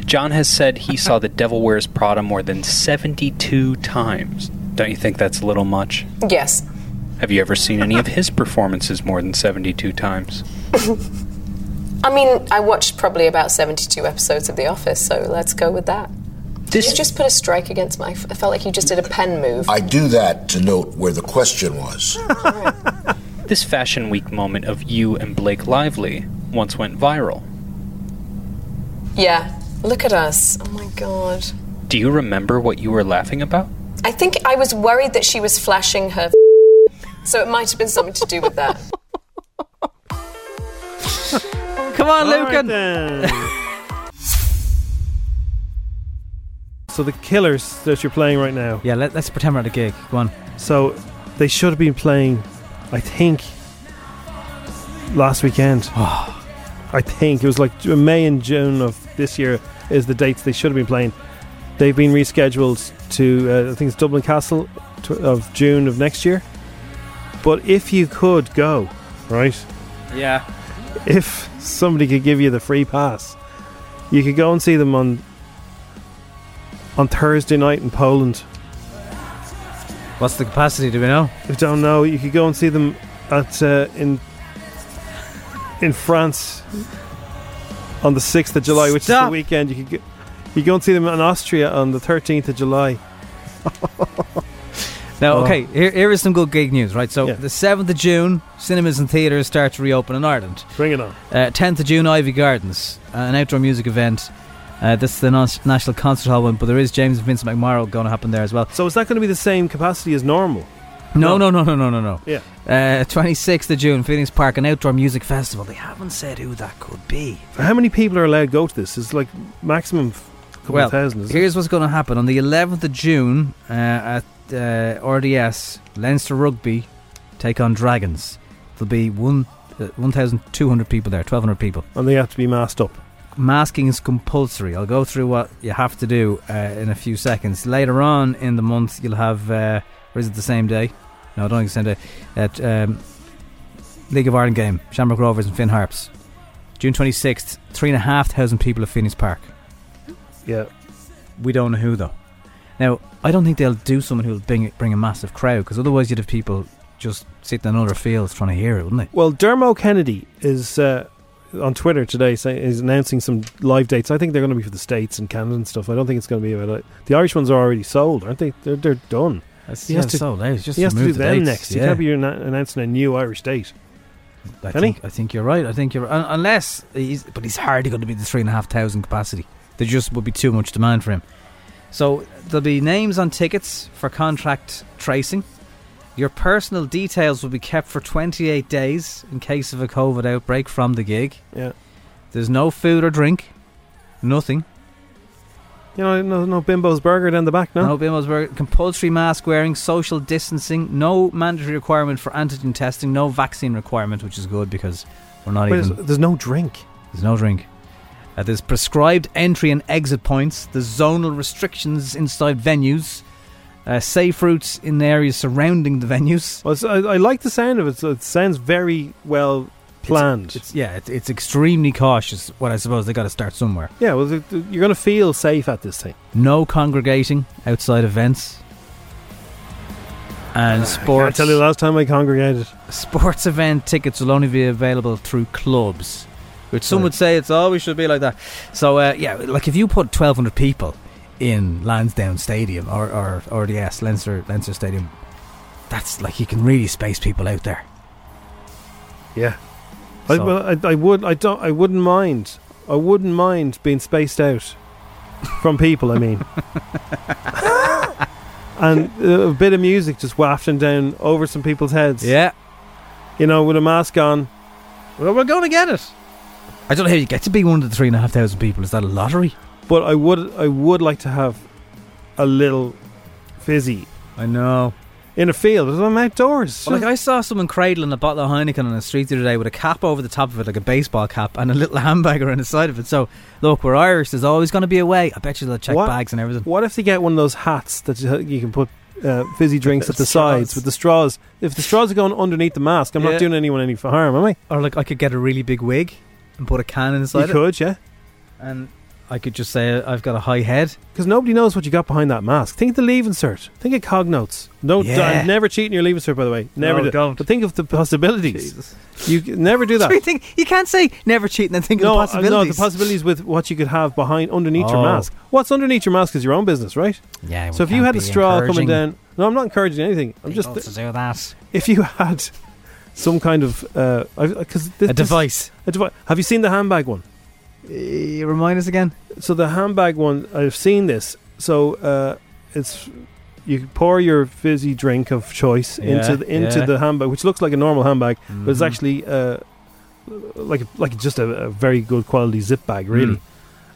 Speaker 25: John has said he saw The Devil Wears Prada more than 72 times. Don't you think that's a little much?
Speaker 10: Yes.
Speaker 25: Have you ever seen any of his performances more than 72 times?
Speaker 10: I mean, I watched probably about 72 episodes of The Office, so let's go with that. Did you just put a strike against my. I felt like you just did a pen move.
Speaker 1: I do that to note where the question was.
Speaker 25: This Fashion Week moment of you and Blake Lively once went viral.
Speaker 10: Yeah. Look at us. Oh my god.
Speaker 25: Do you remember what you were laughing about?
Speaker 10: I think I was worried that she was flashing her. so it might have been something to do with that.
Speaker 4: Come on,
Speaker 3: All right
Speaker 4: Lucan.
Speaker 3: So the Killers that you're playing right now.
Speaker 4: Yeah, let, us pretend we're at a gig. Go on.
Speaker 3: So they should have been playing, I think, last weekend.
Speaker 4: Ah.
Speaker 3: I think it was like Ju- May and June of this year is the dates they should have been playing. They've been rescheduled to uh, I think it's Dublin Castle tw- of June of next year. But if you could go, right?
Speaker 25: Yeah.
Speaker 3: if somebody could give you the free pass, you could go and see them on on Thursday night in Poland.
Speaker 4: What's the capacity? Do we know?
Speaker 3: I don't know. You could go and see them at uh, in in France on the sixth of July, which is the
Speaker 4: Stop.
Speaker 3: weekend. You could go, you go and see them in Austria on the thirteenth of July.
Speaker 4: Now,
Speaker 3: Oh.
Speaker 4: okay, here, here is some good gig news, right? So, the 7th of June, cinemas and theatres start to reopen in Ireland.
Speaker 3: Bring it on.
Speaker 4: Uh, 10th of June, Ivy Gardens, uh, an outdoor music event. Uh, this is the nas- National Concert Hall one, but there is James and Vincent McMorrow going to happen there as well.
Speaker 3: So, is that going to be the same capacity as normal?
Speaker 4: No, no, no, no, no, no, no.
Speaker 3: Yeah.
Speaker 4: Uh, 26th of June, Phoenix Park, an outdoor music festival. They haven't said who that could be.
Speaker 3: How many people are allowed to go to this? It's like maximum f- couple
Speaker 4: well,
Speaker 3: of thousand. Isn't it?
Speaker 4: here's what's going to happen on the 11th of June uh, at uh, RDS Leinster Rugby take on Dragons. There'll be one uh, 1,200 people there, 1,200 people,
Speaker 3: and they have to be masked up.
Speaker 4: Masking is compulsory. I'll go through what you have to do uh, in a few seconds. Later on in the month, you'll have uh, or is it the same day? No, I don't think it's the same day. At um, League of Ireland game, Shamrock Rovers and Finn Harps, June 26th. Three and a half thousand people at Phoenix Park.
Speaker 3: Yeah.
Speaker 4: We don't know who though. Now, I don't think they'll do someone who'll bring bring a massive crowd because otherwise you'd have people just sitting on other fields trying to hear it, wouldn't they?
Speaker 3: Well, Dermo Kennedy is uh, on Twitter today saying is announcing some live dates. I think they're going to be for the states and Canada and stuff. I don't think it's going to be about it. The Irish ones are already sold, aren't they? They're, they're done.
Speaker 4: That's-
Speaker 3: He has
Speaker 4: yeah,
Speaker 3: to-
Speaker 4: sold out. It's just
Speaker 3: he has to do
Speaker 4: remove the
Speaker 3: them
Speaker 4: dates,
Speaker 3: next. You
Speaker 4: yeah.
Speaker 3: can't be anno- announcing a new Irish date.
Speaker 4: I
Speaker 3: Can
Speaker 4: think, I think you're right. I think you're un- unless he's, but he's hardly going to be the three and a half thousand capacity. There just would be too much demand for him. So there'll be names on tickets for contract tracing. Your personal details will be kept for 28 days in case of a COVID outbreak from the gig.
Speaker 3: Yeah.
Speaker 4: There's no food or drink. Nothing.
Speaker 3: You know, no, no Bimbo's Burger down the back, no?
Speaker 4: No Bimbo's Burger. Compulsory mask wearing, social distancing, no mandatory requirement for antigen testing, no vaccine requirement, which is good because we're not
Speaker 3: Wait,
Speaker 4: even.
Speaker 3: there's- there's no drink.
Speaker 4: There's no drink. Uh, there's prescribed entry and exit points. There's zonal restrictions inside venues. Uh, safe routes in areas surrounding the venues.
Speaker 3: Well, it's- I, I like the sound of it. so It sounds very well planned.
Speaker 4: It's, yeah, it's, it's extremely cautious. What I suppose they got to start somewhere.
Speaker 3: yeah, well, th- th- you're going to feel safe at this thing.
Speaker 4: No congregating outside events. And sports.
Speaker 3: tell you the last time I congregated.
Speaker 4: Sports event tickets will only be available through clubs, which some would say it's always should be like that. So uh, yeah, like if you put twelve hundred people in Lansdowne Stadium or or or the yes, Leinster Leinster Stadium, that's like you can really space people out there.
Speaker 3: Yeah. I,
Speaker 4: So-
Speaker 3: well, I, I would. I don't. I wouldn't mind. I wouldn't mind being spaced out from people. I mean, and uh, a bit of music just wafting down over some people's heads.
Speaker 4: Yeah.
Speaker 3: You know, with a mask on.
Speaker 4: Well, we're going to get it. I don't know how you get to be one of the three and a half thousand people. Is that a lottery?
Speaker 3: But I would. I would like to have a little fizzy.
Speaker 4: I know.
Speaker 3: In a field, I'm outdoors.
Speaker 4: Well, like I saw someone cradling a bottle of Heineken on the street the other day with a cap over the top of it, like a baseball cap, and a little handbag around the side of it. So, look, we're Irish. There's always going to be a way. I bet you they'll check
Speaker 3: What-
Speaker 4: bags and everything.
Speaker 3: What if they get one of those hats that you, you can put uh, fizzy drinks at the sides with the straws? If the straws are going underneath the mask, I'm
Speaker 4: Yeah.
Speaker 3: not doing anyone any harm, am I?
Speaker 4: Or like I could get a really big wig and put a can inside
Speaker 3: You
Speaker 4: it.
Speaker 3: could, yeah.
Speaker 4: And I could just say I've got a high head.
Speaker 3: Because nobody knows what you got behind that mask. Think of the leave insert. Think of cognotes. No,
Speaker 4: Yeah.
Speaker 3: I'm never cheating your leave insert, by the way. Never
Speaker 4: No,
Speaker 3: do.
Speaker 4: don't.
Speaker 3: But think of the possibilities. You c- never do that.
Speaker 4: So you, think, you can't say never cheat and then think
Speaker 3: no, uh,
Speaker 4: of the possibilities.
Speaker 3: no, the possibilities with what you could have behind underneath
Speaker 4: Oh.
Speaker 3: your mask. What's underneath your mask is your own business, right?
Speaker 4: Yeah, we
Speaker 3: So if you
Speaker 4: can't
Speaker 3: had a
Speaker 4: be
Speaker 3: straw coming
Speaker 4: encouraging
Speaker 3: down, no, I'm not encouraging anything. I'm just
Speaker 4: people to do that.
Speaker 3: If you had some kind of uh, because
Speaker 4: A device.
Speaker 3: a device. Have you seen the handbag one?
Speaker 4: Eh, remind us again.
Speaker 3: So the handbag one, I've seen this. So uh, it's you pour your fizzy drink of choice
Speaker 4: Yeah,
Speaker 3: into the, into
Speaker 4: yeah.
Speaker 3: the handbag, which looks like a normal handbag, but it's
Speaker 4: Mhm.
Speaker 3: actually uh, like like just a, a very good quality zip bag, really.
Speaker 4: Mm.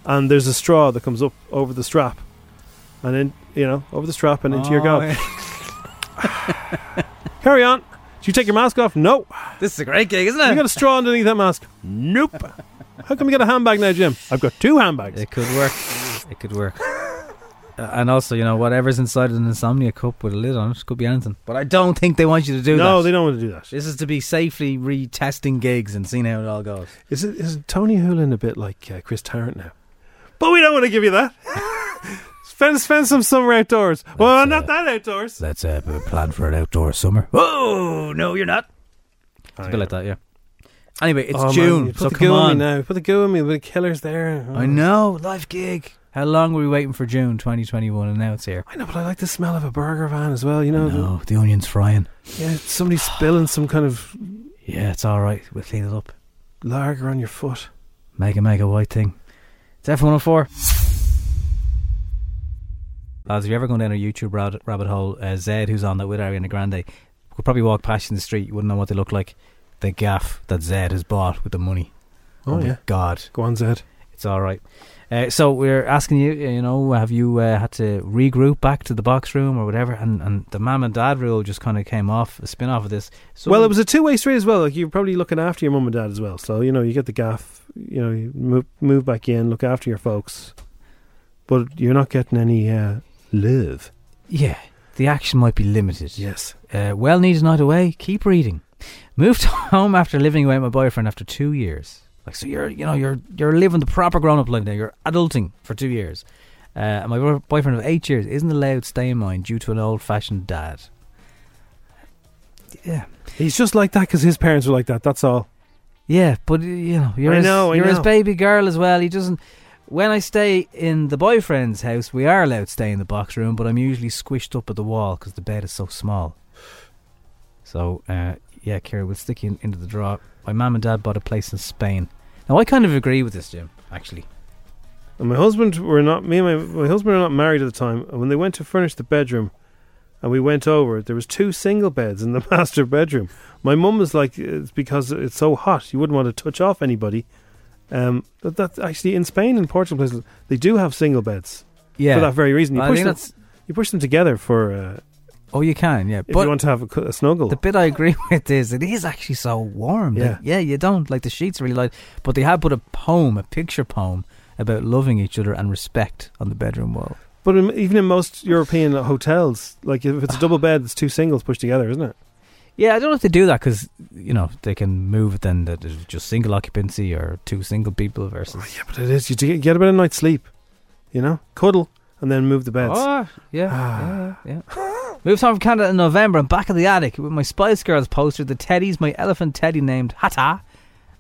Speaker 3: And there's a straw that comes up over the strap, and then you know over the strap and into your
Speaker 4: Oh,
Speaker 3: gob. Carry on. Did you take your mask off? No.
Speaker 4: This is a great gig, isn't it?
Speaker 3: You got a straw underneath that mask? Nope. How come you got a handbag now, Jim? I've got two handbags.
Speaker 4: It could work. It could work. Uh, and also, you know, whatever's inside an insomnia cup with a lid on it could be anything. But I don't think they want you to do that.
Speaker 3: No, they don't want to do that.
Speaker 4: This is to be safely retesting gigs and seeing how it all goes.
Speaker 3: Is it is Tony Hoolan a bit like uh, Chris Tarrant now? But we don't want to give you that. spend spend some summer outdoors. well, not that outdoors.
Speaker 4: That's uh, a plan for an outdoor summer. Oh no, you're not. It's a bit like that, yeah. Anyway, it's
Speaker 3: Oh, man,
Speaker 4: June,
Speaker 3: you put
Speaker 4: so
Speaker 3: the
Speaker 4: come
Speaker 3: goo in
Speaker 4: on.
Speaker 3: me now. Put the goo in me. The killer's there. Oh.
Speaker 4: I know live gig. How long were we waiting for June 2021, and now it's here.
Speaker 3: I know, but I like the smell of a burger van as well. You know.
Speaker 4: No, the onion's frying.
Speaker 3: Yeah, somebody spilling some kind of
Speaker 4: Yeah, it's all right. We'll clean it up.
Speaker 3: lager on your foot.
Speaker 4: Mega mega white thing. It's F104. Lads, if you're ever going down a YouTube rabbit, rabbit hole, uh, Zed, who's on that with Ariana Grande, could probably walk past you in the street. You wouldn't know what they look like. The gaff that Zed has bought with the money.
Speaker 3: Oh,
Speaker 4: my
Speaker 3: yeah.
Speaker 4: God.
Speaker 3: Go on, Zed.
Speaker 4: It's all right. Uh, so we're asking you, you know, have you uh, had to regroup back to the box room or whatever? And, and the mum and dad rule just kind of came off, a spin off of this. So
Speaker 3: well, it was a two way street as well. Like you're probably looking after your mum and dad as well. So you know, you get the gaff. You know, you move move back in, look after your folks, but you're not getting any uh, live.
Speaker 4: Yeah, the action might be limited.
Speaker 3: Yes.
Speaker 4: Uh, well needed night away. Keep reading. Moved home after living away with my boyfriend after two years. Like so, you're you know you're you're living the proper grown up life now. You're adulting for two years. Uh, and my boy- boyfriend of eight years isn't allowed to stay in mine due to an old fashioned dad. Yeah,
Speaker 3: he's just like that because his parents were like that. That's all.
Speaker 4: Yeah, but uh, you know, you're
Speaker 3: I
Speaker 4: his-
Speaker 3: know, I
Speaker 4: you're his
Speaker 3: know.
Speaker 4: baby girl as well. He doesn't. When I stay in the boyfriend's house, we are allowed to stay in the box room, but I'm usually squished up at the wall because the bed is so small. So uh, yeah, Kira, we'll stick you in, into the draw. My mum and dad bought a place in Spain. Now I kind of agree with this, Jim. Actually,
Speaker 3: And my husband were not me and my, my husband were not married at the time. And when they went to furnish the bedroom, and we went over, there was two single beds in the master bedroom. My mum was like, "It's because it's so hot, you wouldn't want to touch off anybody." Um, but that's actually in Spain and Portugal places they do have single beds.
Speaker 4: Yeah.
Speaker 3: for that very reason. You
Speaker 4: I
Speaker 3: push
Speaker 4: think
Speaker 3: them,
Speaker 4: that's-
Speaker 3: you push them together for. Uh,
Speaker 4: oh, you can, yeah.
Speaker 3: If
Speaker 4: but
Speaker 3: you want to have a, cu- a snuggle,
Speaker 4: the bit I agree with is it is actually so warm.
Speaker 3: Yeah.
Speaker 4: Like, yeah, you don't like the sheets are really light, but they have put a poem, a picture poem about loving each other and respect on the bedroom wall.
Speaker 3: But in, even in most European hotels, like if it's a double bed, it's two singles pushed together, isn't it?
Speaker 4: Yeah, I don't know if they do that because you know they can move it. Then that there's just single occupancy or two single people versus.
Speaker 3: yeah, but it is. You do get- get a bit of night's sleep, you know, cuddle, and then move the beds.
Speaker 4: Oh, yeah, yeah, yeah. Moved home from Canada in November and back in the attic with my Spice Girls poster, the teddies, my elephant teddy named Hata,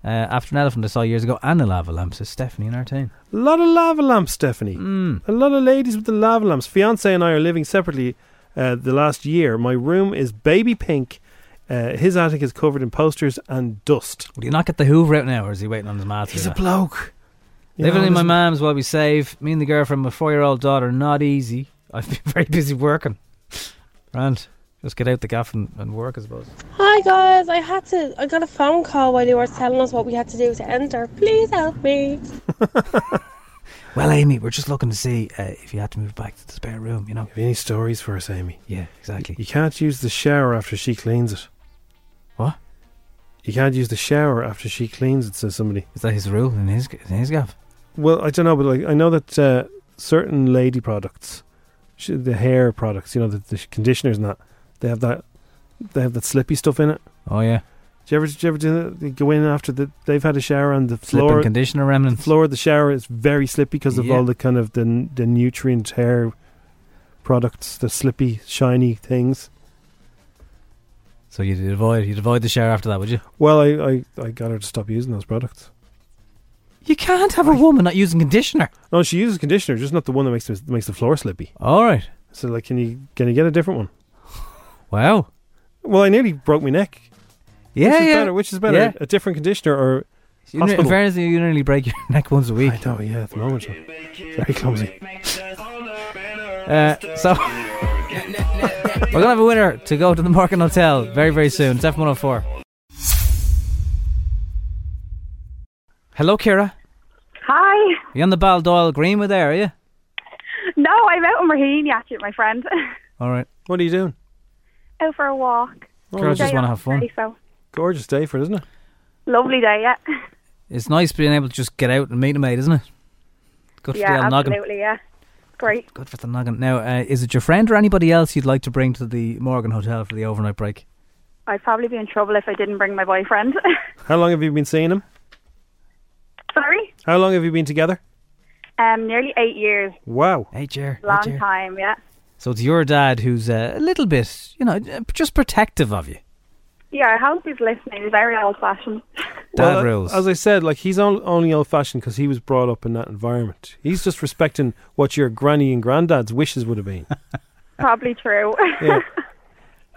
Speaker 4: uh, after an elephant I saw years ago, and a lava lamp. So Stephanie and our team.
Speaker 3: A lot of lava lamps, Stephanie.
Speaker 4: Hmm.
Speaker 3: A lot of ladies with the lava lamps. Fiance and I are living separately uh, the last year. My room is baby pink. Uh, his attic is covered in posters and dust.
Speaker 4: Will you not get the Hoover out now, or is he waiting on his master?
Speaker 3: He's a bloke. You
Speaker 4: Living
Speaker 3: know,
Speaker 4: in my
Speaker 3: there's-
Speaker 4: mum's while we save. Me and the girlfriend, my four-year-old daughter, not easy. I've been very busy working. Rand, just get out the gaff and, and work, I suppose.
Speaker 6: Hi guys, I had to. I got a phone call while you were telling us what we had to do to enter. Please help me.
Speaker 4: Well, Amy, we're just looking to see uh, if you had to move back to the spare room, you know.
Speaker 3: Have you any stories for us, Amy?
Speaker 4: Yeah, exactly.
Speaker 3: You can't use the shower after she cleans it.
Speaker 4: What?
Speaker 3: You can't use the shower after she cleans it, says somebody.
Speaker 4: Is that his rule in his, in his gaff?
Speaker 3: Well, I don't know, but like I know that uh, certain lady products, sh- the hair products, you know, the, the conditioners and that, they have that, they have that slippy stuff in it.
Speaker 4: Oh yeah.
Speaker 3: Do you ever, do you ever do that? You go in after the, they've had a shower and the
Speaker 4: Slip and
Speaker 3: floor
Speaker 4: conditioner remnants.
Speaker 3: The floor of the shower is very slippy because of
Speaker 4: Yeah.
Speaker 3: all the kind of the the nutrient hair products, the slippy, shiny things.
Speaker 4: So you'd avoid you'd avoid the shower after that, would you?
Speaker 3: Well, I, I, I got her to stop using those products.
Speaker 4: You can't have a woman not using conditioner.
Speaker 3: No, Oh, she uses conditioner, just not the one that makes the, that makes the floor slippy.
Speaker 4: All right.
Speaker 3: So like, can you can you get a different one?
Speaker 4: Wow.
Speaker 3: Well, I nearly broke my neck.
Speaker 4: Yeah,
Speaker 3: which is
Speaker 4: yeah.
Speaker 3: better? Which is better,
Speaker 4: Yeah.
Speaker 3: a different conditioner or
Speaker 4: You know, in
Speaker 3: hospital?
Speaker 4: fairness, you nearly break your neck once a week. I
Speaker 3: know, yeah, at the moment. Very clumsy.
Speaker 4: Uh, so we're gonna have a winner to go to the Morgan Hotel very, very soon. oh It's F104. Hello, Kira.
Speaker 8: Hi.
Speaker 4: You on the Baldoyle Greenwood there? Are you?
Speaker 8: No, I'm out in Raheen, yeah, with my friend.
Speaker 4: All right.
Speaker 3: What are you doing?
Speaker 8: out for a walk.
Speaker 4: Girls just
Speaker 8: Day
Speaker 4: want to
Speaker 8: off
Speaker 4: have fun.
Speaker 8: today, So.
Speaker 3: Gorgeous day for it, isn't it?
Speaker 8: Lovely day, yeah.
Speaker 4: It's nice being able to just get out and meet a mate, isn't it? Good for
Speaker 8: yeah,
Speaker 4: the old
Speaker 8: absolutely,
Speaker 4: noggin.
Speaker 8: yeah. Great.
Speaker 4: Good for the noggin. Now, uh, is it your friend or anybody else you'd like to bring to the Morgan Hotel for the overnight break?
Speaker 8: I'd probably be in trouble if I didn't bring my boyfriend.
Speaker 3: How long have you been seeing him?
Speaker 8: Sorry?
Speaker 3: How long have you been together?
Speaker 8: Um, nearly eight years.
Speaker 3: Wow.
Speaker 4: Hey, Jer.
Speaker 8: Long time, yeah.
Speaker 4: So it's your dad who's uh, a little bit, you know, uh, just protective of you.
Speaker 8: Yeah, I hope he's listening. He's very old fashioned.
Speaker 4: Dad
Speaker 3: uh,
Speaker 4: rules.
Speaker 3: As I said, like he's on, only old fashioned because he was brought up in that environment. He's just respecting what your granny and granddad's wishes would have been.
Speaker 8: Probably true.
Speaker 3: Yeah.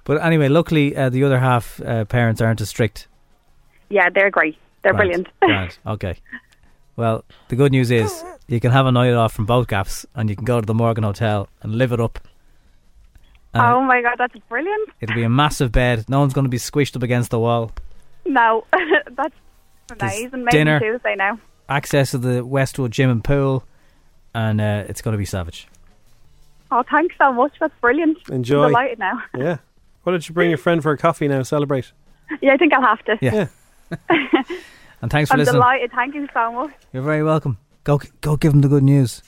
Speaker 4: But anyway, luckily uh, the other half uh, parents aren't as strict.
Speaker 8: yeah, they're great. They're brilliant.
Speaker 4: Right. Okay. Well, the good news is you can have a night off from both gaps, and you can go to the Morgan Hotel and live it up. And
Speaker 8: oh my god, that's brilliant.
Speaker 4: It'll be a massive bed. No one's going to be squished up against the wall.
Speaker 8: No, that's amazing. Maybe
Speaker 4: dinner.
Speaker 8: Tuesday now.
Speaker 4: Access to the Westwood gym and pool, and uh, it's going to be savage.
Speaker 8: Oh, thanks so much. That's brilliant.
Speaker 3: Enjoy.
Speaker 8: I'm delighted now.
Speaker 3: yeah. Why don't you bring your friend for a coffee now? Celebrate.
Speaker 8: Yeah, I think I'll have to.
Speaker 4: Yeah. and thanks for
Speaker 8: I'm
Speaker 4: listening.
Speaker 8: delighted. Thank you so much.
Speaker 4: You're very welcome. Go go give him the good news.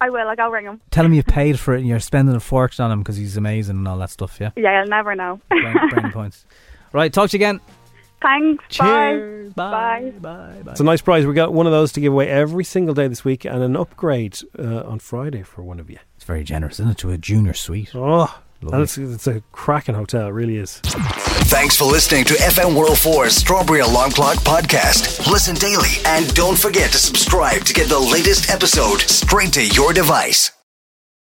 Speaker 8: I will. I'll go ring him.
Speaker 4: Tell him you paid for it and you're spending a fortune on him because he's amazing and all that stuff. Yeah.
Speaker 8: Yeah, I'll never know.
Speaker 4: Brain, brain points. Right. Talk to you again.
Speaker 8: Thanks.
Speaker 4: Cheers.
Speaker 8: Bye.
Speaker 4: Bye. Bye.
Speaker 3: It's a nice prize. We got one of those to give away every single day this week and an upgrade uh, on Friday for one of you.
Speaker 4: It's very generous, isn't it? To a junior suite.
Speaker 3: Oh,
Speaker 4: Lovely.
Speaker 3: and it's, it's a cracking hotel. It really is.
Speaker 2: Thanks for listening to FM 104's Strawberry Alarm Clock Podcast. Listen daily and don't forget to subscribe to get the latest episode straight to your device.